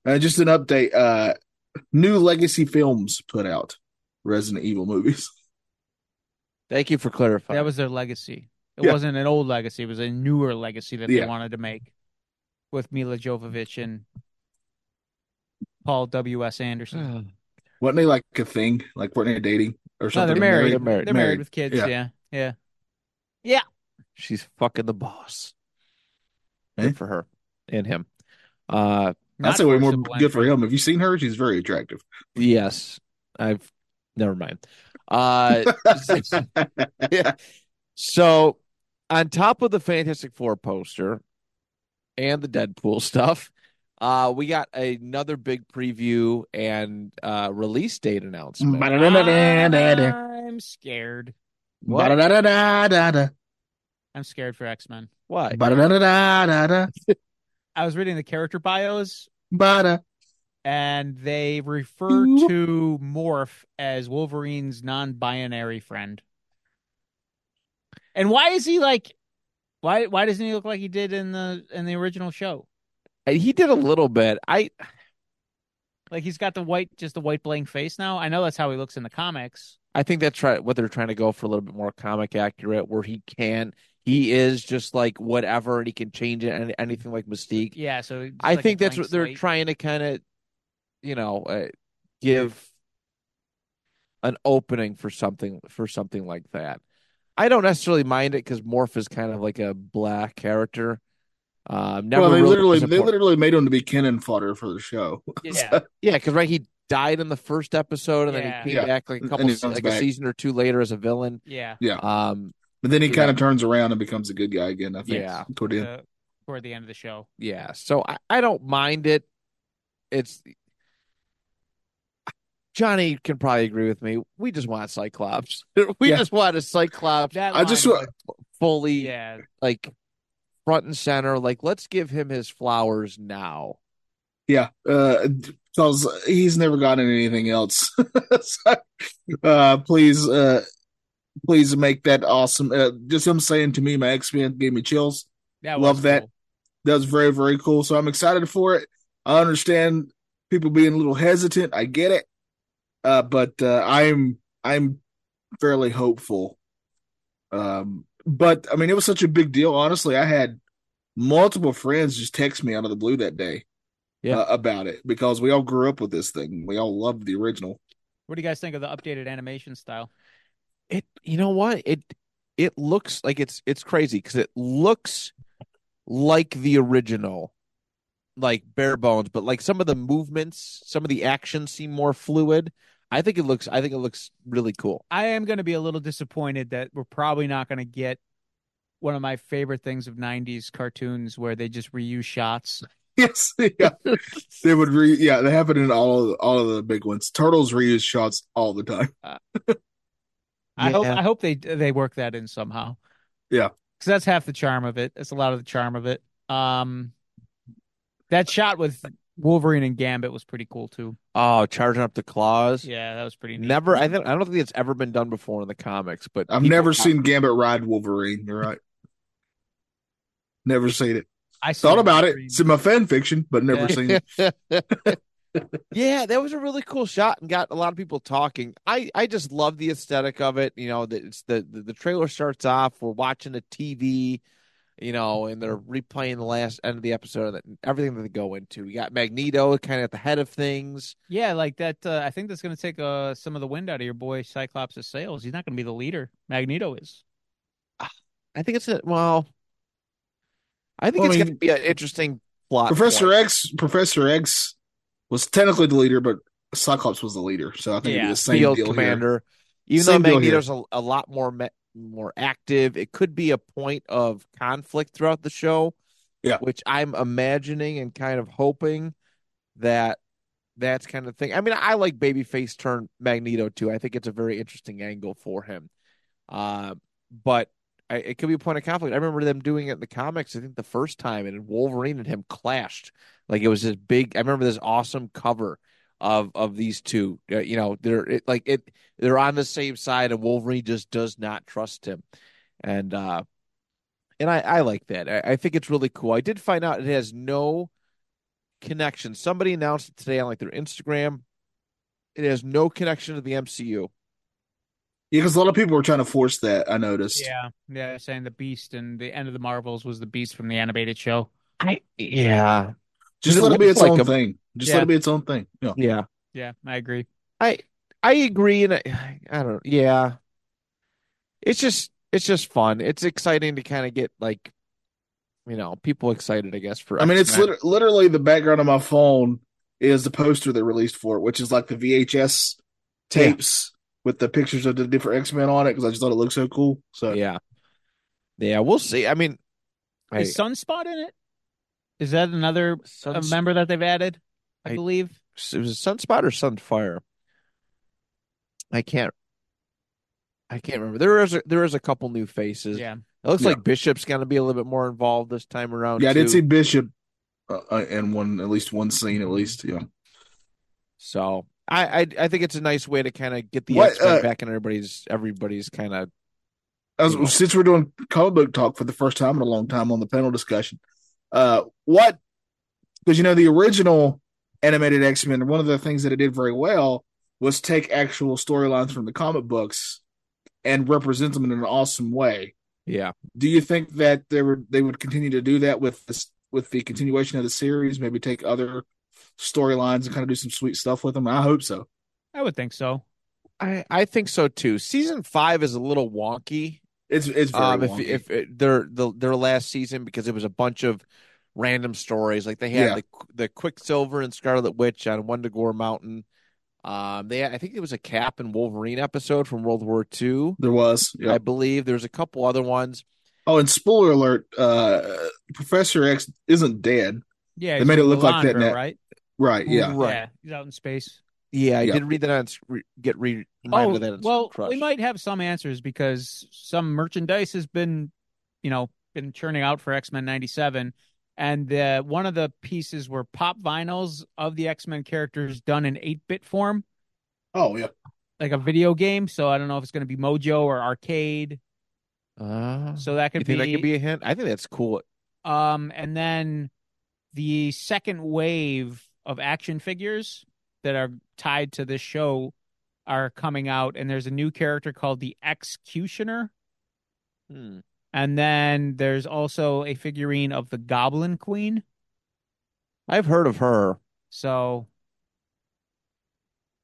and just an update, uh new legacy films put out Resident Evil movies.
Thank you for clarifying.
that was their legacy. It
Yeah.
wasn't an old legacy; it was a newer legacy that
Yeah.
they wanted to make with Mila Jovovich and Paul W. S. Anderson.
Wasn't they like a thing? Like weren't they dating or
No,
something?
they're married.
They're married.
They're married,
Married.
with kids.
Yeah.
Yeah. yeah.
She's fucking the boss.
Eh?
Good for her and him. Uh
That's
Not
way more
forcible
good for
entry.
him. Have you seen her? She's very attractive.
yes. I've never mind. Uh So, on top of the Fantastic Four poster and the Deadpool stuff, uh, we got another big preview and uh, release date announcement.
Ba-da-da-da-da-da.
I'm scared.
What?
Ba-da-da-da-da-da.
I'm scared for X Men.
Why?
Ba-da-da-da-da-da.
I was reading the character bios,
Ba-da.
and they refer to Morph as Wolverine's non-binary friend. And why is he like? Why why doesn't he look like he did in the in the original show?
And Uh, He did a little bit. I
Like he's got the white, just the white blank face now. I know that's how he looks in the comics.
I think that's try- what they're trying to go for a little bit more comic accurate, where he can he is just like whatever, and he can change it and anything like Mystique.
Yeah, so just
I
like a
think that's
blank
what they're
slate.
trying to kind of, you know, uh, give an opening for something for something like that. I don't necessarily mind it because Morph is kind of like a black character. Um, never
Well, they
really
literally
was a
they
por-
literally made him to be cannon fodder for the show.
Yeah,
yeah, because right, he died in the first episode, and
Yeah.
then he came
Yeah.
back like a
And
couple,
he
se-
comes
like a
back.
season or two later as a villain.
yeah.
Um,
But then he
Yeah.
kind of turns around and becomes a good guy again, I think.
Yeah.
Toward the end.
Uh, toward the end of the show.
yeah so I, I don't mind it it's johnny can probably agree with me we just want cyclops we
Yeah.
just want a cyclops
That
I just
line
wa-
fully
yeah,
like front and center like let's give him his flowers now
Yeah. Uh because he's never gotten anything else. So, uh please uh please make that awesome. Uh, just him saying to me my X Men gave me chills.
that
Love
was
that.
cool.
That was very, very cool. So I'm excited for it. I understand people being a little hesitant. I get it. Uh, but uh, I'm I'm fairly hopeful. Um, but I mean, it was such a big deal. Honestly, I had multiple friends just text me out of the blue that day
Yeah.
uh, about it because we all grew up with this thing. We all loved the original.
What do you guys think of the updated animation style?
it you know what it it looks like it's it's crazy because it looks like the original like bare bones but like some of the movements some of the actions seem more fluid i think it looks i think it looks really cool
I am going to be a little disappointed that we're probably not going to get one of my favorite things of 90s cartoons where they just reuse shots.
Yes, yeah. they would re yeah, they happen in all of, all of the big ones. Turtles reuse shots all the time.
Uh,
I hope
Yeah.
I hope they they work that in somehow.
Yeah.
Cuz that's half the charm of it. That's a lot of the charm of it. Um that shot with Wolverine and Gambit was pretty cool too.
oh charging up the claws
Yeah, that was pretty neat.
never i think i don't think it's ever been done before in the comics but
I've
people-
never seen Gambit ride Wolverine. You're right. Never seen it.
I
Thought about it. It's in my fan fiction, but never
Yeah.
seen it.
yeah, that was a really cool shot and got a lot of people talking. I I just love the aesthetic of it. You know, that it's the the, the trailer starts off. We're watching a TV, you know, and they're replaying the last end of the episode that everything that they go into. You got Magneto kind of at the head of things.
Yeah, like that. Uh, I think that's going to take uh, some of the wind out of your boy Cyclops' sails. He's not going to be the leader. Magneto is.
I think it's a well. I think
Well,
it's
I mean-
going to be an interesting plot.
Professor
point.
X, Professor X was technically the leader, but Cyclops was the leader, so I think it'd
Yeah,
be the same
field
deal here.
commander. Even
Same
though
deal here.
Magneto's a, a lot more ma- more active, it could be a point of conflict throughout the show.
Yeah.
which I'm imagining and kind of hoping that that's kind of thing. I mean, I like babyface turn Magneto too. I think it's a very interesting angle for him. Uh, but I, it could be a point of conflict. I remember them doing it in the comics. I think the first time, and Wolverine and him clashed. Like it was this big. I remember this awesome cover of of these two. Uh, you know, they're it, like it. They're on the same side, and Wolverine just does not trust him. And uh, and I I like that. I, I think it's really cool. I did find out it has no connection. Somebody announced it today on like their Instagram. It has no connection to the MCU.
Yeah, because a lot of people were trying to force that. I noticed.
Yeah, yeah. they're Saying the Beast and the end of the Marvels was the Beast from the animated show.
I yeah
Just
It
let it be
looks
its
like
own
a-
thing. Just
Yeah.
let it be its own thing. Yeah.
yeah.
Yeah, I agree.
I I agree, and I, I don't. Yeah, it's just it's just fun. It's exciting to kind of get like, you know, people excited. I guess for
I mean, it's
X-Men.
liter- literally the background of my phone is the poster they released for it, which is like the VHS tapes with the pictures of the different X Men on it because I just thought it looked so cool. So
yeah, yeah. We'll see. I mean, I,
Is Sunspot in it? Is that another uh,
Suns-
member that they've added? I,
I-
believe.
it was Sunspot or Sunfire. I can't. I can't remember. There is a, there is a couple new faces.
Yeah,
It looks
Yeah.
like Bishop's going to be a little bit more involved this time around.
yeah, I
too.
did see Bishop uh, uh, in one at least one scene at least. Yeah.
So I, I I think it's a nice way to kind of get the
What,
X-Men
uh,
back in everybody's everybody's kind of
As,
Yeah.
Since we're doing comic book talk for the first time in a long time on the panel discussion, uh, what? Because you know the original animated X Men. One of the things that it did very well was take actual storylines from the comic books and represent them in an awesome way.
yeah.
do you think that they were they would continue to do that with this with the continuation of the series maybe take other storylines and kind of do some sweet stuff with them i hope so
I would think so.
I I think so too. Season five is a little wonky.
it's it's very
um,
wonky.
if if it, their the their last season because it was a bunch of random stories like they had
Yeah.
the the Quicksilver and Scarlet Witch on Wondagore Mountain. Um, they had, I think it was a Cap and Wolverine episode from World War II.
there was
I
yeah.
believe there's a couple other ones.
oh and spoiler alert uh professor x isn't dead
Yeah,
They
he's
made it
with
look like that
Lilandra,
net-
right?
right yeah
Yeah, he's out in space.
Yeah, I
Yeah.
did read that on Sc- re- get re- reminded of that. on
Oh, well,
Crush.
we might have some answers because some merchandise has been, you know, been churning out for X Men '97, and uh, one of the pieces were pop vinyls of the X Men characters done in eight bit form,
oh yeah
like a video game. So I don't know if it's going to be Mojo or arcade.
Ah.
So that
You
could
think
be,
that could be a hint? I think that's cool.
um, and then the second wave of action figures that are tied to this show are coming out, and there's a new character called the Executioner.
Hmm.
And then there's also a figurine of the Goblin Queen.
I've heard of her.
So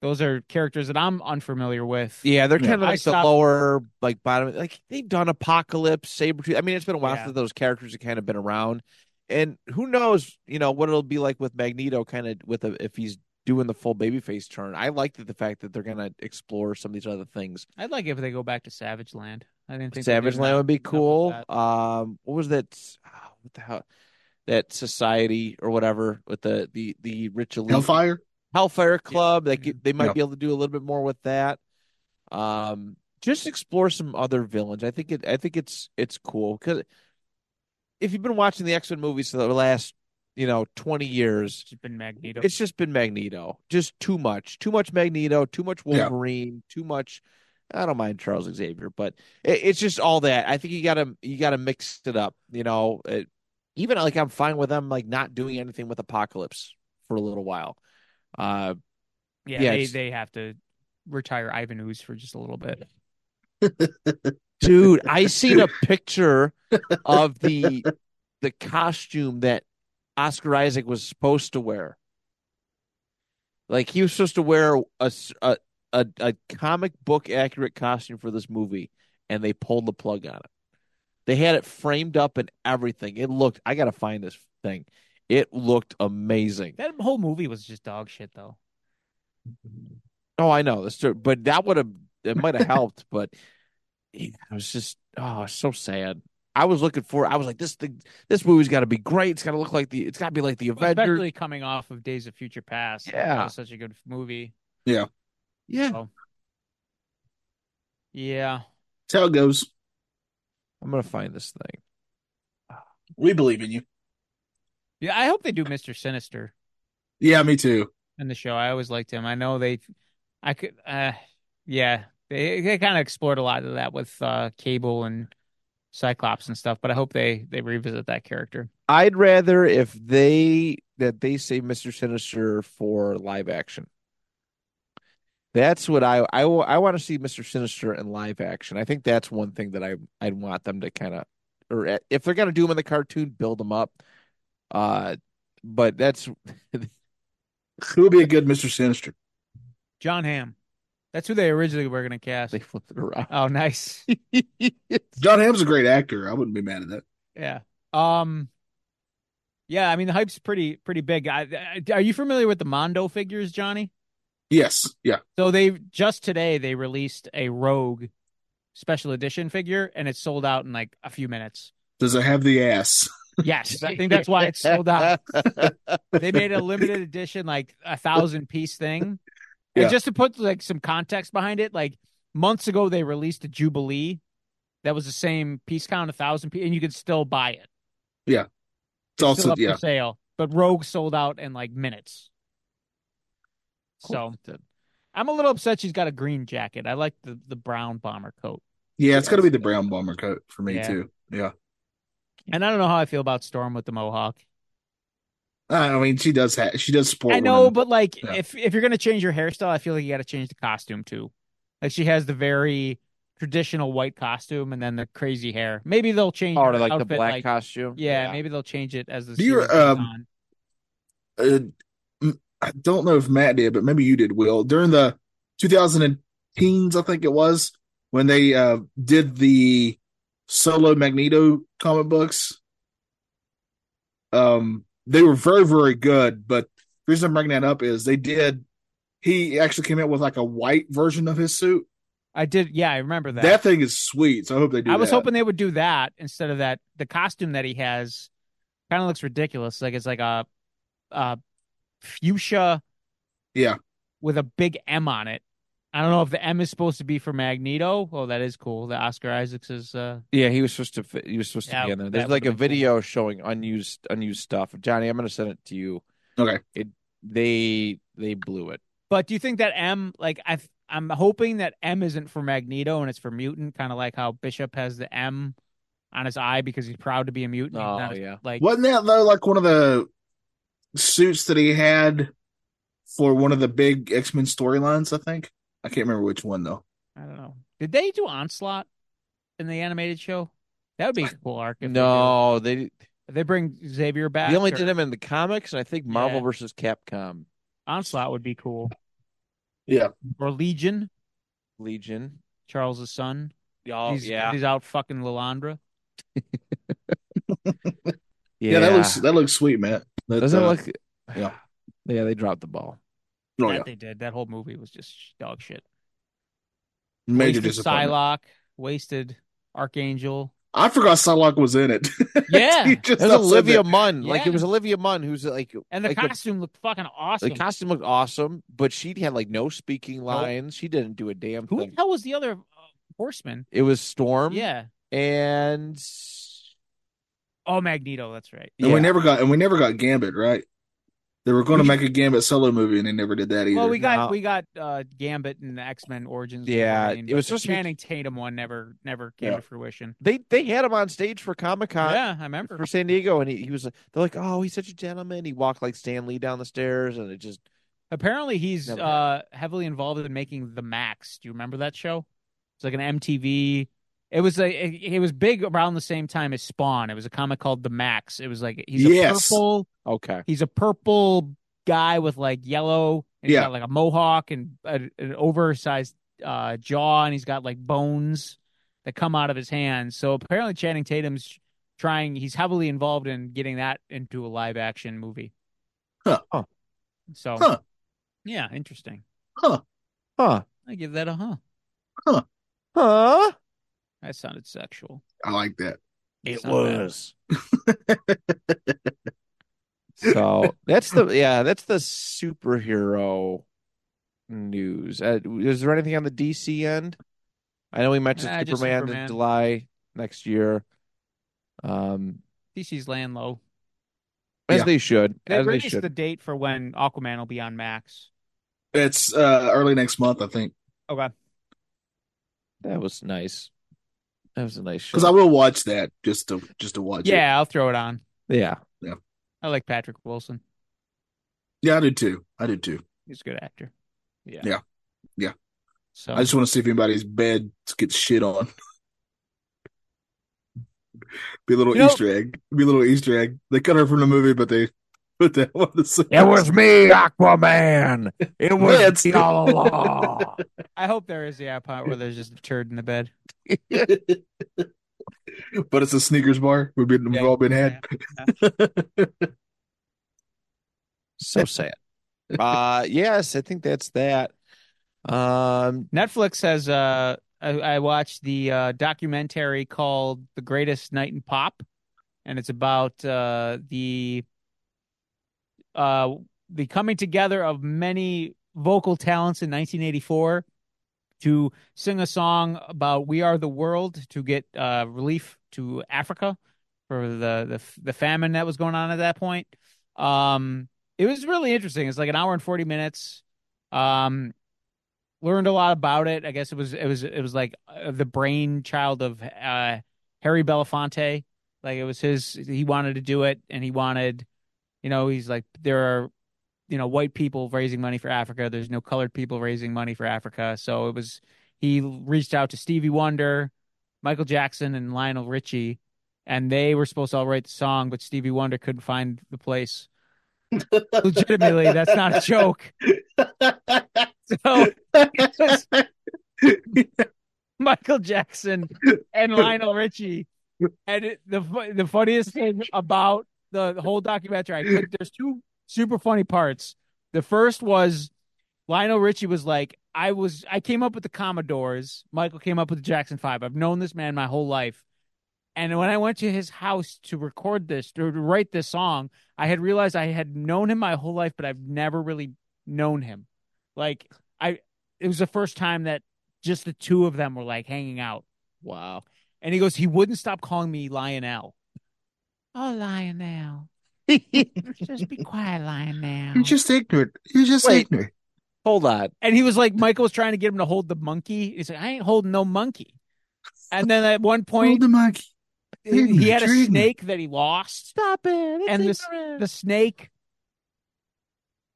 those are characters that I'm unfamiliar with.
Yeah, they're
Yeah.
kind of
I
like
stopped-
the lower, like bottom. Like they've done Apocalypse, Sabretooth. I mean, it's been a while
Yeah.
since those characters have kind of been around. And who knows, you know, what it'll be like with Magneto, kind of with a, if he's doing the full babyface turn. I like that the fact that they're going to explore some of these other things.
I'd like if they go back to Savage Land. I didn't think they
Savage
did
Land would be
enough with
cool.
that.
Um, what was that? ah, What the hell? That society or whatever with the the the rich elite.
hellfire
Hellfire Club. They could- they might
Yeah.
be able to do a little bit more with that. Um, just explore some other villains. I think it. I think it's it's cool because if you've been watching the X Men movies for the last you know twenty years,
It's been Magneto.
it's just been Magneto. Just too much. Too much Magneto. Too much
Yeah.
Wolverine. Too much. I don't mind Charles Xavier, but it, it's just all that. I think you gotta you gotta mix it up. You know, it, even like I'm fine with them like not doing anything with Apocalypse for a little while. Uh,
Yeah,
Yeah,
they,
it's-
they have to retire Ivan Ooze for just a little bit.
dude, I seen a picture of the the costume that Oscar Isaac was supposed to wear. Like he was supposed to wear a s- a- a- a comic book accurate costume for this movie, and they pulled the plug on it. They had it framed up and everything. It looked. I gotta find this thing. It looked amazing.
That whole movie was just dog shit, though.
Oh, I know. That's true. But that would have it might have helped, but it was just oh it's so sad. I was looking for I was like this thing this movie's gotta be great. It's gotta look like the it's gotta be like the Avengers.
Especially coming off of Days of Future Past. Like,
Yeah.
that was such a good movie.
Yeah.
Yeah,
That's how it goes.
I'm gonna find this thing.
We believe in you.
yeah. I hope they do Mister Sinister
Yeah, me too.
in the show. I always liked him. I know they, I could, uh, yeah, they they kind of explored a lot of that with uh, Cable and Cyclops and stuff. But I hope they they revisit that character.
I'd rather if they that they say Mr. Sinister for live action. That's what I I, wa- I want to see Mr. Sinister in live action. I think that's one thing that I I'd want them to kind of or uh, if they're gonna do him in the cartoon, build him up. Uh, but that's
Who would be a good Mister Sinister?
John Hamm. That's who they originally were going to cast.
they flip it around.
Oh, nice.
John Hamm's a great actor. I wouldn't be mad at that.
Yeah. Um. Yeah, I mean the hype's pretty pretty big. I, I, are you familiar with the Mondo figures, Johnny?
Yes, yeah.
So they just today they released a Rogue special edition figure, and it sold out in like a few minutes.
Does it have the ass?
Yes, I think that's why it sold out. They made a limited edition, like a thousand piece thing.
Yeah.
And just to put like some context behind it, like months ago they released a Jubilee that was the same piece count, a thousand, piece, and you could still buy it.
It's also
still up
yeah.
for sale, but Rogue sold out in like minutes. So I'm a little upset she's got a green jacket. I like the, the brown bomber coat.
Yeah, it's got to be the brown bomber coat for me
Yeah.
too. Yeah,
And I don't know how I feel about Storm with the mohawk.
I mean she does ha- she does support.
I know, but like
Yeah.
if if you're gonna change your hairstyle, I feel like you gotta change the costume too. Like she has the very traditional white costume and then the crazy hair. Maybe they'll change
or
her
Oh, like the
outfit,
black
like-
costume.
Yeah, maybe they'll change it as the
Do you,
season goes
um,
on.
uh, m- I don't know if Matt did, but maybe you did. Will during the 2010s, I think it was when they uh, did the solo Magneto comic books. Um, they were very very good, but the reason I'm bringing that up is they did. He actually came out with like a white version of his suit.
I did yeah, I remember
That, thing is sweet. So I hope they do.
I was
that.
hoping they would do that instead of that. The costume that he has kind of looks ridiculous. Like it's like a, a fuchsia
Yeah,
with a big M on it. I don't know if the M is supposed to be for Magneto. Oh, that is cool. The Oscar Isaacs is. Uh...
Yeah, he was supposed to. fi- He was supposed
Yeah,
to be in there.
that
There's
would've
like
been
a
cool.
video showing unused unused stuff. Johnny, I'm gonna send it to you.
Okay.
It they they blew it.
But do you think that M? Like I, I'm hoping that M isn't for Magneto and it's for mutant. Kind of like how Bishop has the M on his eye because he's proud to be a mutant. He's
Oh,
not-
yeah.
like
Wasn't that though like one of the suits that he had for one of the big X Men storylines? I think I can't remember which one though.
I don't know. Did they do Onslaught in the animated show? That would be a cool arc. if they did.
No, they
They bring Xavier back.
they only
or-
did him in the comics, and I think Marvel
Yeah.
versus Capcom
Onslaught would be cool.
Yeah.
Or Legion,
Legion.
Charles' son.
Oh
he's, He's out fucking Lilandra.
yeah.
Yeah, that looks that looks sweet, man. That,
doesn't it
uh,
look.
yeah.
yeah. They dropped the ball.
oh,
that
yeah.
they did. That whole movie was just sh- dog shit.
major
wasted
disappointment.
Psylocke, wasted Archangel.
I forgot Psylocke was in it.
Yeah.
He just
It was
not said
Olivia
that.
Munn. Like
Yeah.
it was Olivia Munn, who's like
And the
like
costume looked fucking
The
awesome.
costume looked awesome, but she had like no speaking lines. She didn't do a damn
Who
thing.
the hell was the other uh, horseman?
It was Storm.
Yeah.
And
Oh, Magneto. That's right.
And
Yeah.
we never got and we never got Gambit, right? They were going to
We-
make a Gambit solo movie, and they never did that either.
Well, we got
No.
we got uh, Gambit and the X Men Origins.
Yeah,
Wolverine,
it
but
was
the
supposed to be-
Channing Tatum one never never came
Yeah.
to fruition.
they they had him on stage for Comic Con
yeah, I remember.
for San Diego, and he, he was like, they're like, oh, he's such a gentleman. He walked like Stan Lee down the stairs, and it just
Apparently, he's
Never
uh, heavily involved in making The Max. Do you remember that show? It's like an MTV. It was like it, it was big around the same time as Spawn. It was a comic called The Max. It was like he's a
Yes.
purple.
Okay.
He's a purple guy with like yellow. And He's
Yeah.
got like a mohawk and a, an oversized uh, jaw, and he's got like bones that come out of his hands. So apparently, Channing Tatum's trying. He's heavily involved in getting that into a live action movie.
Huh.
Huh.
So,
Huh.
yeah, interesting.
Huh.
I give that a huh.
Huh?
That sounded sexual.
I like that.
It's not bad.
So that's the yeah, that's the superhero news. Uh, is there anything on the DC end? I know we mentioned
Nah, just
Superman,
Superman.
in July next year. Um,
DC's laying low.
as
Yeah.
they should,
They
as they
released
should.
the date for when Aquaman will be on Max.
It's uh, early next month, I think,
Okay.
That was nice. That was a nice show.
because I will watch that just to just to watch it.
Yeah, I'll throw it on.
yeah,
I like Patrick Wilson.
Yeah, I do too. I do too.
He's a good actor. Yeah.
Yeah. Yeah.
So
I just want to see if anybody's bed gets shit on. Be a little
You know-
Easter egg. Be a little Easter egg. They cut her from the movie, but they put that on the scene.
It was me, Aquaman. It was
That's-
me all along.
I hope there is the part where there's just a turd in the bed.
but it's a sneakers bar. We've been we've all been had.
so sad. uh yes, I think that's that. Um,
Netflix has uh I, I watched the uh documentary called The Greatest Night in Pop and it's about uh the uh the coming together of many vocal talents in 1984 to sing a song about We Are the World to get uh relief to Africa for the the the famine that was going on at that point. Um it was really interesting. It's like an hour and 40 minutes. Um learned a lot about it. I guess it was it was it was like uh, the brainchild of uh, Harry Belafonte. Like it was his. He wanted to do it, and he wanted, you know, he's like there are, you know, white people raising money for Africa. There's no colored people raising money for Africa. So it was he reached out to Stevie Wonder, Michael Jackson, and Lionel Richie, and they were supposed to all write the song, but Stevie Wonder couldn't find the place. Legitimately, that's not a joke. So Michael Jackson and Lionel Richie. And it, the fu- the funniest thing about the, the whole documentary, I think there's two super funny parts. The first was Lionel Richie was like, I was I came up with the Commodores. Michael came up with the Jackson Five. I've known this man my whole life. And when I went to his house to record this, to write this song, I had realized I had known him my whole life, but I've never really known him. Like I, it was the first time that just the two of them were like hanging out. Wow. And he goes, he wouldn't stop calling me Lionel. Oh, Lionel. just be quiet, Lionel.
You're just ignorant. You're just
Wait.
ignorant.
hold on.
And he was like, Michael was trying to get him to hold the monkey. He's like, I ain't holding no monkey. And then at one
Hold
point,
the monkey.
he he had a
Intriguing.
snake that he lost.
Stop it.
And this- the snake.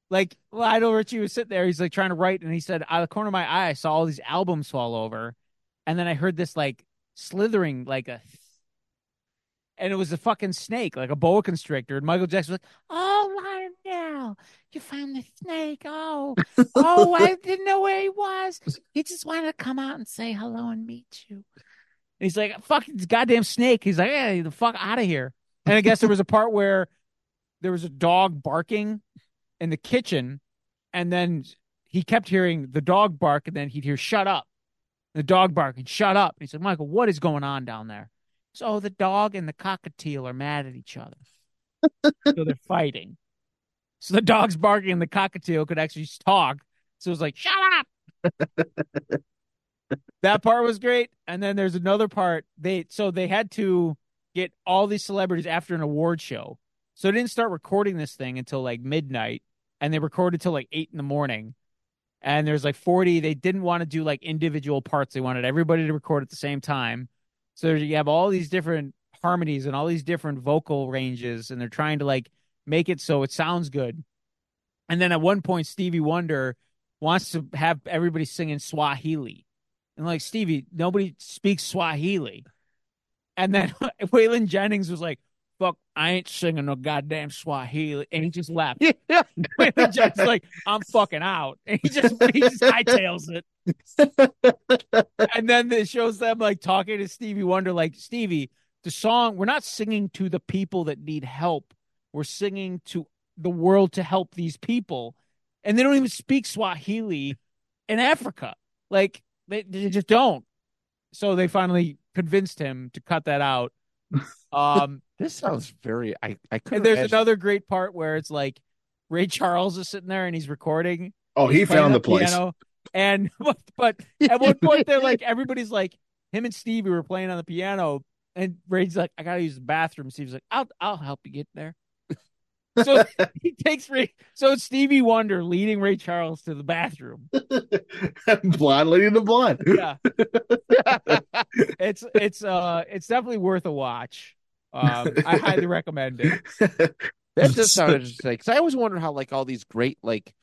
Like Lionel Richie was sitting there, he's like trying to write, and he said, out of the corner of my eye, I saw all these albums fall over, and then I heard this like slithering, like a, and it was a fucking snake, like a boa constrictor. And Michael Jackson was like, "Oh, Lionel, you found the snake! Oh, oh, I didn't know where he was. He just wanted to come out and say hello and meet you." And he's like, "Fuck this goddamn snake!" He's like, "Hey, the fuck out of here!" And I guess there was a part where there was a dog barking in the kitchen, and then he kept hearing the dog bark, and then he'd hear "shut up," the dog barking, "shut up." And he said, "Michael, what is going on down there?" So the dog and the cockatiel are mad at each other, so they're fighting. So the dog's barking, and the cockatiel could actually talk. So it was like, "Shut up." that part was great, and then there's another part. They so they had to get all these celebrities after an award show. So they didn't start recording this thing until like midnight, and they recorded till like eight in the morning. And there's like 40. They didn't want to do like individual parts. They wanted everybody to record at the same time. So you have all these different harmonies and all these different vocal ranges, and they're trying to like make it so it sounds good. And then at one point, Stevie Wonder wants to have everybody singing Swahili. And like, Stevie, nobody speaks Swahili. And then Waylon Jennings was like, fuck, I ain't singing no goddamn Swahili. And he just left.
Yeah.
Waylon Jennings was like, I'm fucking out. And he just, he just hightails it. and then it shows them like talking to Stevie Wonder, like, Stevie, the song, we're not singing to the people that need help. We're singing to the world to help these people. And they don't even speak Swahili in Africa. Like, they, they just don't. So they finally convinced him to cut that out. Um,
This sounds very. I I
and
couldn't.
there's
imagine-
another great part where it's like Ray Charles is sitting there and he's recording.
Oh, he
He's playing
found the place.
piano, and but, but at one point they're like everybody's like him and Stevie were playing on the piano, and Ray's like, I gotta use the bathroom. Steve's like, I'll I'll help you get there. So he takes Ray. So it's Stevie Wonder leading Ray Charles to the bathroom.
blind leading the blind.
Yeah, it's it's uh it's definitely worth a watch. Um, I highly recommend it.
That does sound interesting because I always wondered how like all these great like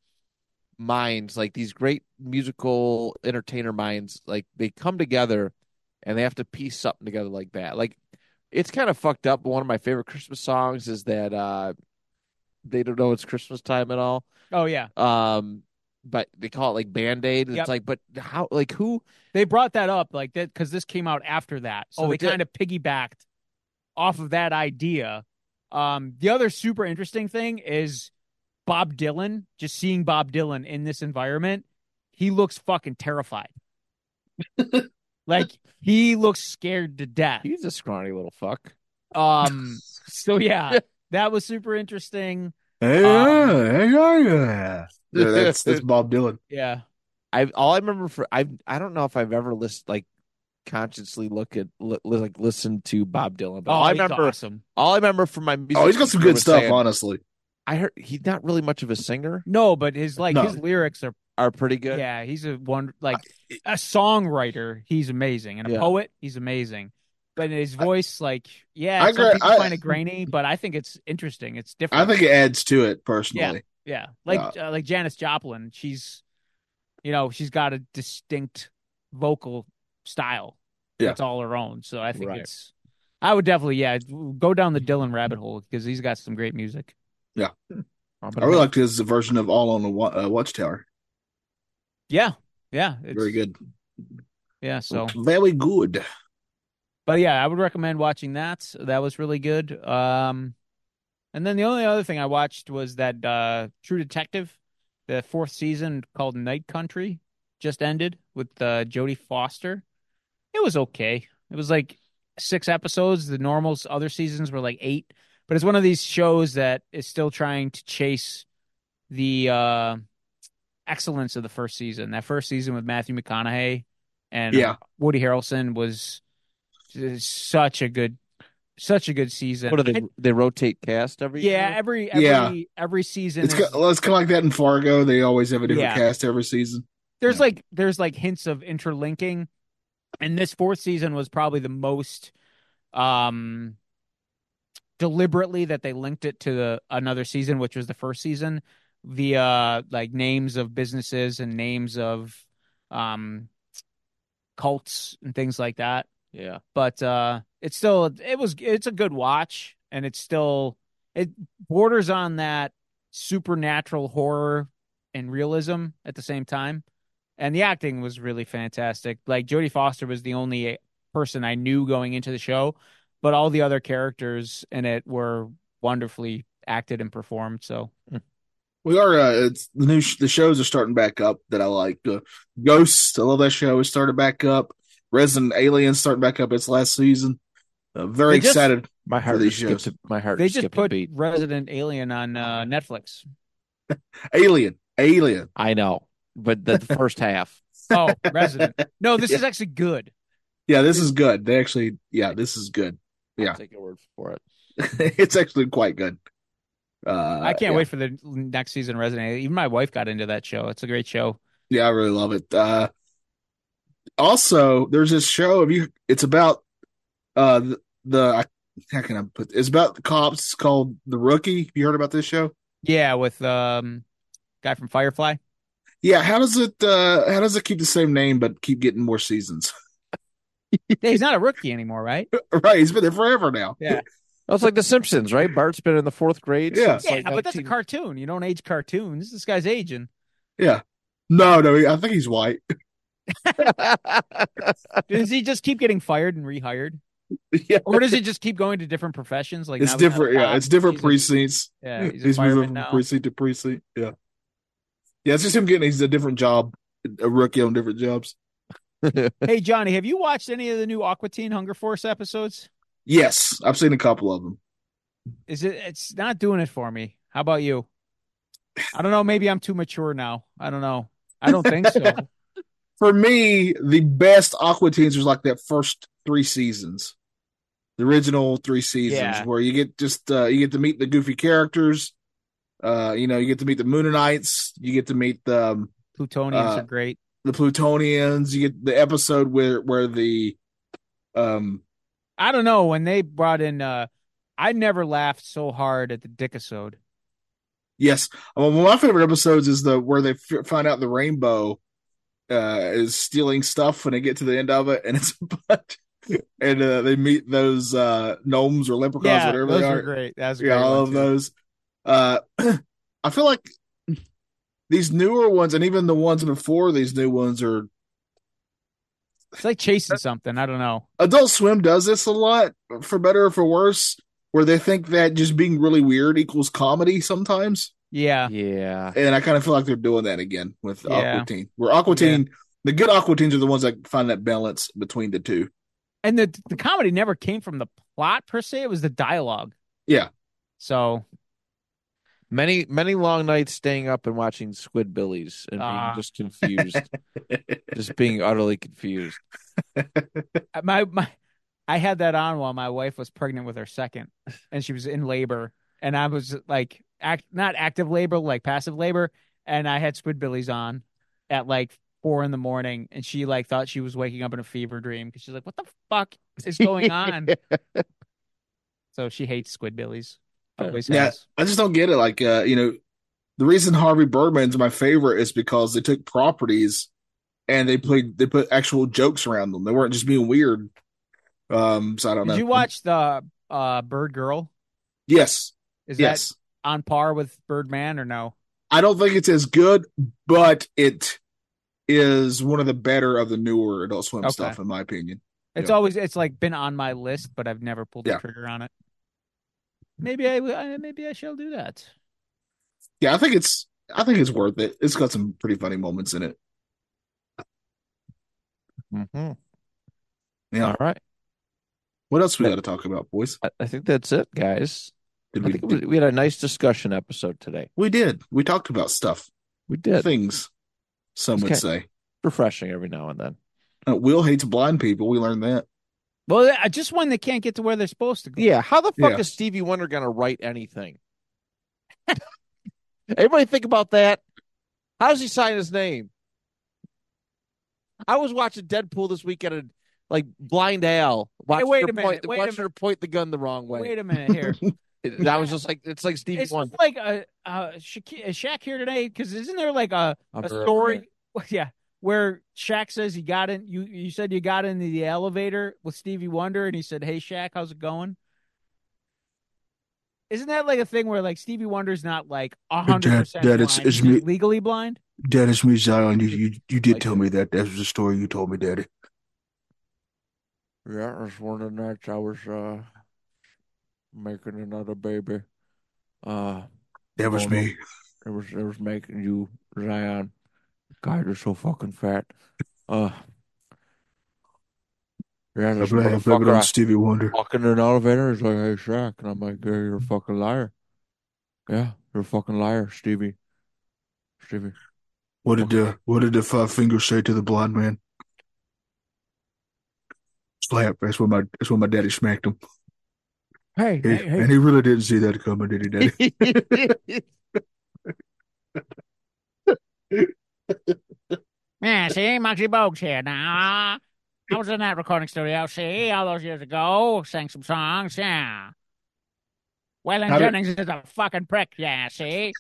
minds, like these great musical entertainer minds, like they come together and they have to piece something together like that. Like it's kind of fucked up. But one of my favorite Christmas songs is that uh they don't know it's Christmas time at all.
Oh yeah,
Um, but they call it like Band Aid.
Yep.
It's like, but how? Like who?
they brought that up like that because this came out after that so
Oh,
they
it did.
kind of piggybacked off of that idea um the other super interesting thing is bob dylan just seeing bob dylan in this environment he looks fucking terrified like he looks scared to death
He's a scrawny little fuck.
um so yeah that was super interesting
Hey,
Um,
yeah, yeah, yeah. Yeah, that's, that's Bob Dylan.
yeah
I all I remember for I I don't know if I've ever list like consciously look at li, li- like listen to Bob Dylan.
Oh,
But all I
Oh, he's
remember
awesome.
all I remember from my music
Oh, he's got some
teacher
good
was
stuff,
saying-
honestly.
I heard he's not really much of a singer.
no but his like
No.
his lyrics are
Are pretty good.
Yeah, he's a one like a songwriter. He's amazing, and a
Yeah.
poet. He's amazing, but his voice, like, yeah,
I
some
gra-
people
I-
find it grainy, but I think it's interesting. It's
I
different.
think it adds to it personally.
yeah, like uh, like Janis Joplin. She's, you know, she's got a distinct vocal style
Yeah.
that's all her own. So I think
Right.
it's. I would definitely, yeah, go down the Dylan rabbit hole because he's got some great music.
I'm
I
gonna
really
make-
liked his version of All on the Wa- uh, Watchtower.
Yeah, yeah, it's,
Very good.
Yeah, so
Very good.
but yeah, I would recommend watching that. That was really good. Um, and then the only other thing I watched was that uh, True Detective, the fourth season called Night Country, just ended with uh, Jodie Foster. It was okay. It was like six episodes. The normal s- other seasons were like eight, but it's one of these shows that is still trying to chase the uh, excellence of the first season. That first season with Matthew McConaughey and uh,
Yeah.
Woody Harrelson was such a good such a good season.
what do they they rotate cast every
yeah,
year?
every every
Yeah.
every season
It's
is-
ki- well, it's kind of like that in Fargo. They always have a different
Yeah.
cast every season.
there's like there's like hints of interlinking. And this fourth season was probably the most um deliberately that they linked it to the another season, which was the first season, via like names of businesses and names of um cults and things like that.
yeah.
but uh it's still it was it's a good watch and it's still it borders on that supernatural horror and realism at the same time and the acting was really fantastic like jodie foster was the only person i knew going into the show but all the other characters in it were wonderfully acted and performed so
We are. Uh, it's the new. Sh- the shows are starting back up that I like. Uh, Ghosts. I love that show. It started back up. Resident Alien starting back up its last season. Uh, very
They just-
excited.
My heart
For these
just skipped
shows.
a, my heart
they
just
just
skipped a
put
beat.
resident alien on uh, netflix
Alien. Alien.
I know. But the, the first half.
oh resident no this is actually good
Yeah, this is good. They actually. Yeah, this is good. Yeah.
I'll take your word for it.
it's actually quite good. Uh,
I can't
yeah.
wait for the next season of Resident Evil. Even my wife got into that show. It's a great show.
Yeah, I really love it. Uh, also, there's this show. Have you? It's about uh the, the how can I put? It's about the cops. It's called The Rookie. You heard about this show?
Yeah, with um guy from Firefly.
Yeah, how does it uh how does it keep the same name but keep getting more seasons?
Yeah, he's not a rookie anymore, right?
right, he's been there forever now.
Yeah.
That's like The Simpsons, right? Bart's been in the fourth grade.
Yeah.
since,
Yeah,
like,
but that's a
19
cartoon. You don't age cartoons. This guy's aging.
No, no, he- I think he's white.
Does he just keep getting fired and rehired,
yeah.
or does he just keep going to different professions? Like
It's
now we got a
different, yeah.
cop,
It's different
he's a-
precincts.
yeah, he's,
he's moving
a fireman
from
now.
precinct to precinct. Yeah. Yeah, it's just him getting he's a different job, a rookie on different jobs.
Hey Johnny, have you watched any of the new Aqua Teen Hunger Force episodes?
Yes, I've seen a couple of them.
Is it? It's not doing it for me. How about you? I don't know. Maybe I'm too mature now. I don't know. I don't think so.
For me, the best Aqua Teens was like that first three seasons. The original three seasons
Yeah.
where you get just uh, you get to meet the goofy characters. Uh, you know, you get to meet the Moonanites, you get to meet the um,
Plutonians
Uh,
are great.
the Plutonians. You get the episode where where the um
I don't know when they brought in. uh I never laughed so hard at the Dickisode.
yes, well, one of my favorite episodes is the where they f- find out the rainbow uh is stealing stuff when they get to the end of it, and it's a bunch. And uh, they meet those uh gnomes or leprechauns,
Yeah,
whatever
those
they
were
are.
great. That was a
Yeah,
great
I
one,
love
too.
those. Uh, I feel like these newer ones, and even the ones before these new ones, are
It's like chasing something. I don't know.
Adult Swim does this a lot, for better or for worse, where they think that just being really weird equals comedy sometimes.
Yeah.
yeah.
And I kind of feel like they're doing that again with
Yeah.
Aqua Teen, where Aqua
Yeah.
Teen, the good Aqua Teens are the ones that find that balance between the two.
And the the comedy never came from the plot per se. It was the dialogue.
Yeah.
So
Many many long nights staying up and watching Squidbillies and being
Ah.
just confused, just being utterly confused.
uh, my my I had that on while my wife was pregnant with her second, and she was in labor, and I was like act not active labor, like passive labor, and I had Squidbillies on at like four in the morning, and she like thought she was waking up in a fever dream because she's like, "What the fuck is going on?" so she hates Squidbillies. Always
Yeah.
has.
I just don't get it. Like, uh, you know, the reason Harvey Birdman's my favorite is because they took properties and they played, they put actual jokes around them. They weren't just being weird. Um, so I don't
Did
know.
you watch the uh Bird Girl?
Yes.
Is
yes.
that on par with Birdman or no?
I don't think it's as good, but it is one of the better of the newer Adult Swim
Okay.
stuff, in my opinion.
It's
Yeah.
always it's like been on my list, but I've never pulled
Yeah.
the trigger on it. Maybe I will- I- maybe I shall do that.
Yeah, I think it's I think it's worth it. It's got some pretty funny moments in it.
Mhm.
Yeah.
All right.
What else we got to talk about, boys?
I, I think that's it, guys.
Did
I
we
think we, we had a nice discussion episode today.
we did. We talked about stuff,
We did.
things. Some would
Okay.
say.
Refreshing every now and then.
Uh, Will hates blind people. We learned that.
Well, I just one that can't get to where they're supposed to go.
Yeah. How the fuck
Yeah.
is Stevie Wonder gonna write anything? Everybody think about that. How does he sign his name? I was watching Deadpool this weekend and like blind Al watched
wait
her
a minute,
point,
wait a
watched her point the gun the wrong way.
Wait a minute here.
And I was just like, it's like Stevie
it's
Wonder.
like a, a, Shaq, a Shaq here today because isn't there like a, a
Under-
story? Yeah, where Shaq says he got in. You you said you got into the elevator with Stevie Wonder, and he said, "Hey Shaq, how's it going?" Isn't that like a thing where like Stevie Wonder's not like hundred percent
that it's- it's me-
legally blind?
Dad, it's me, Zion. You you, you did
Like tell
me that. That was the story you told me, Daddy.
Yeah, it was one of the nights I was uh making another baby. Uh
That
was Oh, no. me. it was it was making you Zion. God, you're so fucking fat. Uh Yeah, this motherfucker I
Stevie Wonder.
walking in an elevator, he's like, Hey Shaq and I'm like, Yeah, you're a fucking liar. Yeah, you're a fucking liar, Stevie. Stevie.
What
did the-
what did the five fingers say to the blind man? Slap. That's when my that's when my daddy smacked him.
Hey, hey, hey.
he really didn't see that coming, did he, Daddy?
Yeah, see, Moxie Bogues here now. I was in that recording studio, see, all those years ago, sang some songs, yeah. Waylon
How did-
Jennings is a fucking prick, yeah, see?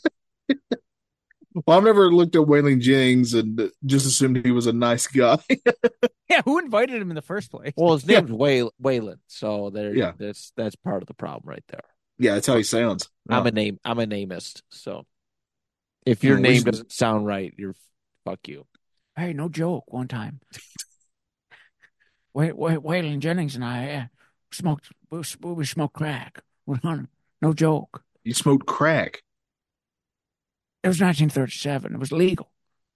Well, I've never looked at Waylon Jennings and just assumed he was a nice guy.
Yeah, who invited him in the first place?
Well, his
Yeah.
name's Way Waylon, so there.
Yeah.
That's that's part of the problem right there.
yeah, that's how he sounds.
I'm a name. I'm a namist. So if your
Yeah, we
name
should-
doesn't sound right, you're fuck you.
Hey, no joke. One time, wait, wait, Waylon Jennings and I uh, smoked. We, s- we smoked crack. No joke.
you smoked crack.
It was 1937. It was legal.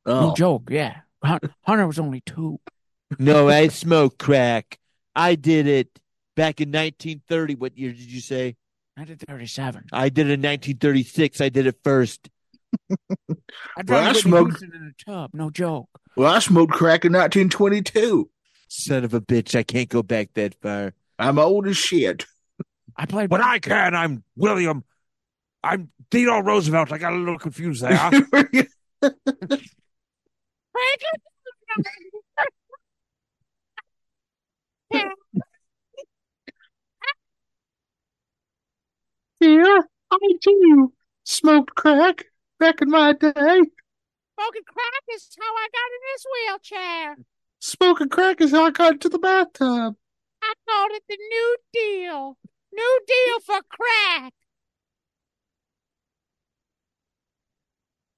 No
Oh,
joke. Yeah, Hun- Hunter was only two.
No, I smoke crack. I did it back in 1930. What year did you say?
1937.
I did it in 1936. I did it first.
I
Well, I
dropped Whitney
smoked-
Houston in a tub. No joke.
well, I smoked crack in 1922.
Son of a bitch! I can't go back that far.
I'm old as shit.
I played.
But I can. I'm William. I'm Theodore Roosevelt. I got a little confused there.
yeah, I too smoked crack back in my day.
Smoking crack is how I got in this wheelchair.
Smoking crack is how I got into the bathtub.
I called it the New Deal. New Deal for crack.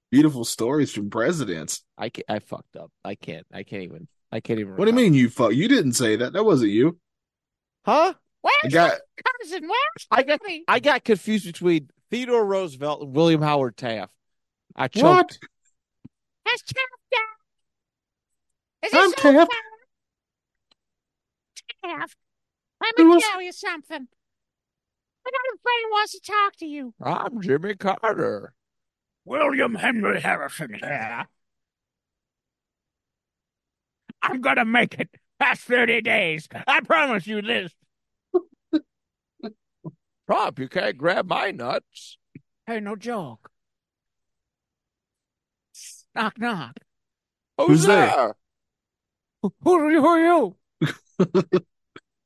Beautiful stories from presidents.
I can I fucked up. I can't. I can't even. I can't even.
What do you mean you fuck? You didn't say that. That wasn't you.
Huh?
The
Where's
guy,
my cousin? Where's
I got.
Billy?
I got confused between Theodore Roosevelt and William Howard Taft. I choked.
What?
Has Taft died? Is
I'm
it so
Taft.
far? Taft. Let
Who
me
was-
tell you something. I got a friend who wants to talk to you.
I'm Jimmy Carter.
William Henry Harrison here. I'm gonna make it past 30 days. I promise you this.
Prop, you can't grab my nuts.
Hey, no joke. Knock, knock.
Who's,
Who's
there?
there?
Who, who are you- who are you?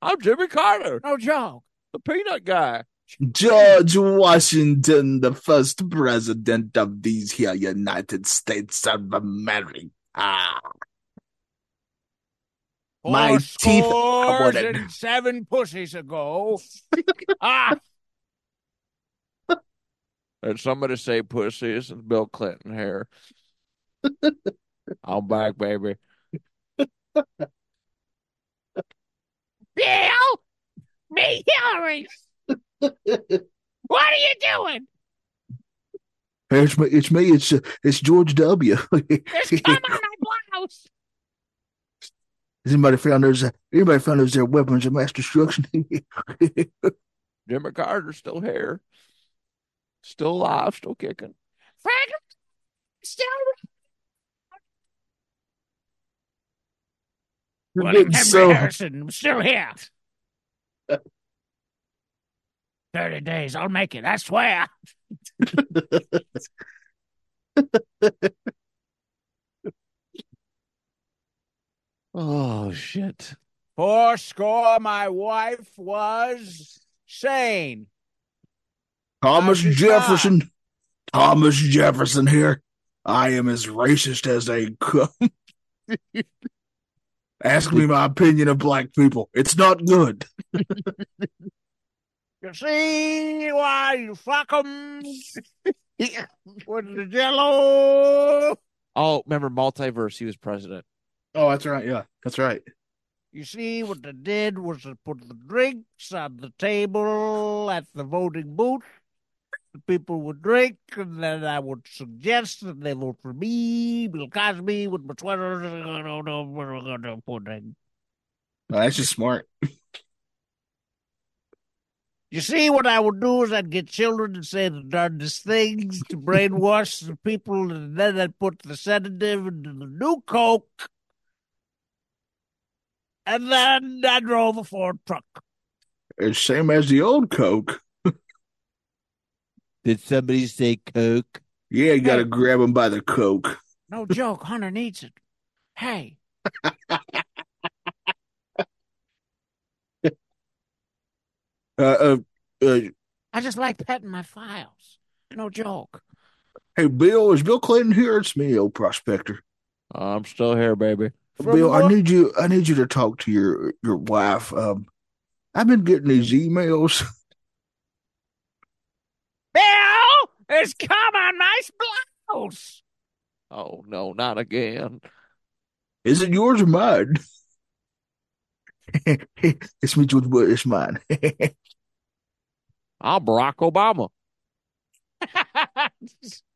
I'm Jimmy Carter,
No joke.
the peanut guy.
George Washington, the first president of these here United States of America. My
Four
teeth are
scores
wooden.
and seven pussies ago. ah,
And somebody say pussy isn't Bill Clinton hair. I'm back, baby.
Bill? Me, Hillary. what are you doing?
It's me. It's me. It's uh, it's George W.
Just come on my blouse.
Has anybody found those? Uh, anybody found those their weapons of mass destruction?
Jimmy Carter's still here, still alive, still kicking.
Franklin, still
William Henry
so
Harrison, I'm still here. 30 days, I'll make it, I swear.
Oh shit!
Four score, my wife was sane.
Thomas
How's your
Jefferson. Thomas Jefferson here. I am as racist as they come. Ask me my opinion of black people. It's not good.
You see why you fuck 'em with the jello.
Oh, remember multiverse? He was president.
Oh, that's right. Yeah, that's right.
You see, what they did was they put the drinks on the table at the voting booth. The people would drink, and then I would suggest that they vote for me, Bill Cosby, with my sweater.
that's just smart.
You see, what I would do is I'd get children to say the darndest things to brainwash the people, and then I'd put the sedative into the new coke, and then I drove a Ford truck.
It's same as the old Coke.
Did somebody say coke?
Yeah, you gotta grab him by the coke.
No joke, Hunter needs it. Hey,
Uh, uh, uh Uh,
I just like petting my files. No joke.
Hey, Bill, is Bill Clinton here? It's me, old prospector.
I'm still here, baby.
Bill, I need you. I need you to talk to your your wife. Um, I've been getting these emails.
Bill is come on my blouse.
Oh no, not again.
Is it yours or mine? it's me, George Bush. It's mine.
I'm Barack Obama.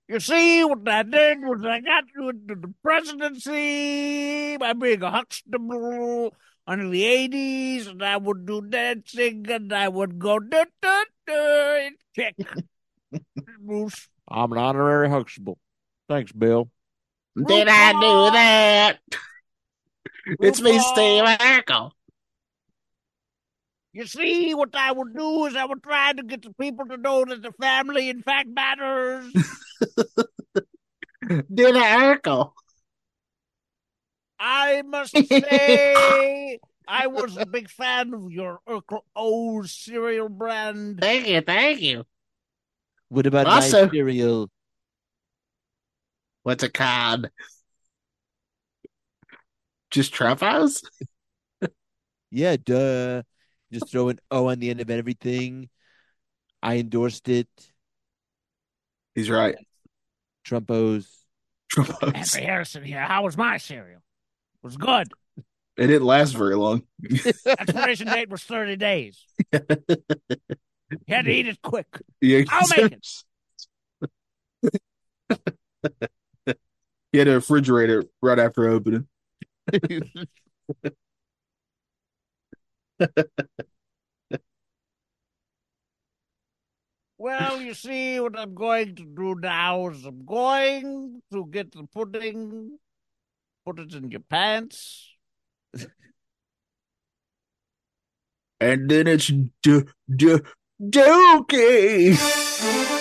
You see what I did was I got you into the presidency by being a huckstable under the eighties, and I would do dancing, and I would go da da da and kick. Moose.
I'm an honorary Huxtable. Thanks, Bill.
Did I do
that?
It's me, Steve
Urkel.
You see, what I would do is I would try to get the people to know that the family, in fact, matters.
Did I Urkel?
I must say, I was a big fan of your Urkel O's cereal brand.
Thank you, thank you.
What about
my Also-
cereal?
What's it called? Just Truffles?
Yeah, duh. Just throw an O on the end of everything. I endorsed it.
He's right.
Trumpos.
Trumpos.
Happy Harrison here. How was my cereal? It was good.
It didn't last very long.
Expiration date was 30 days. you had to eat it quick.
Yeah,
I'll make it.
He had to refrigerate it right after opening.
Well, you see, what I'm going to do now is I'm going to get the pudding, put it in your pants.
And then it's du- du- Dookie.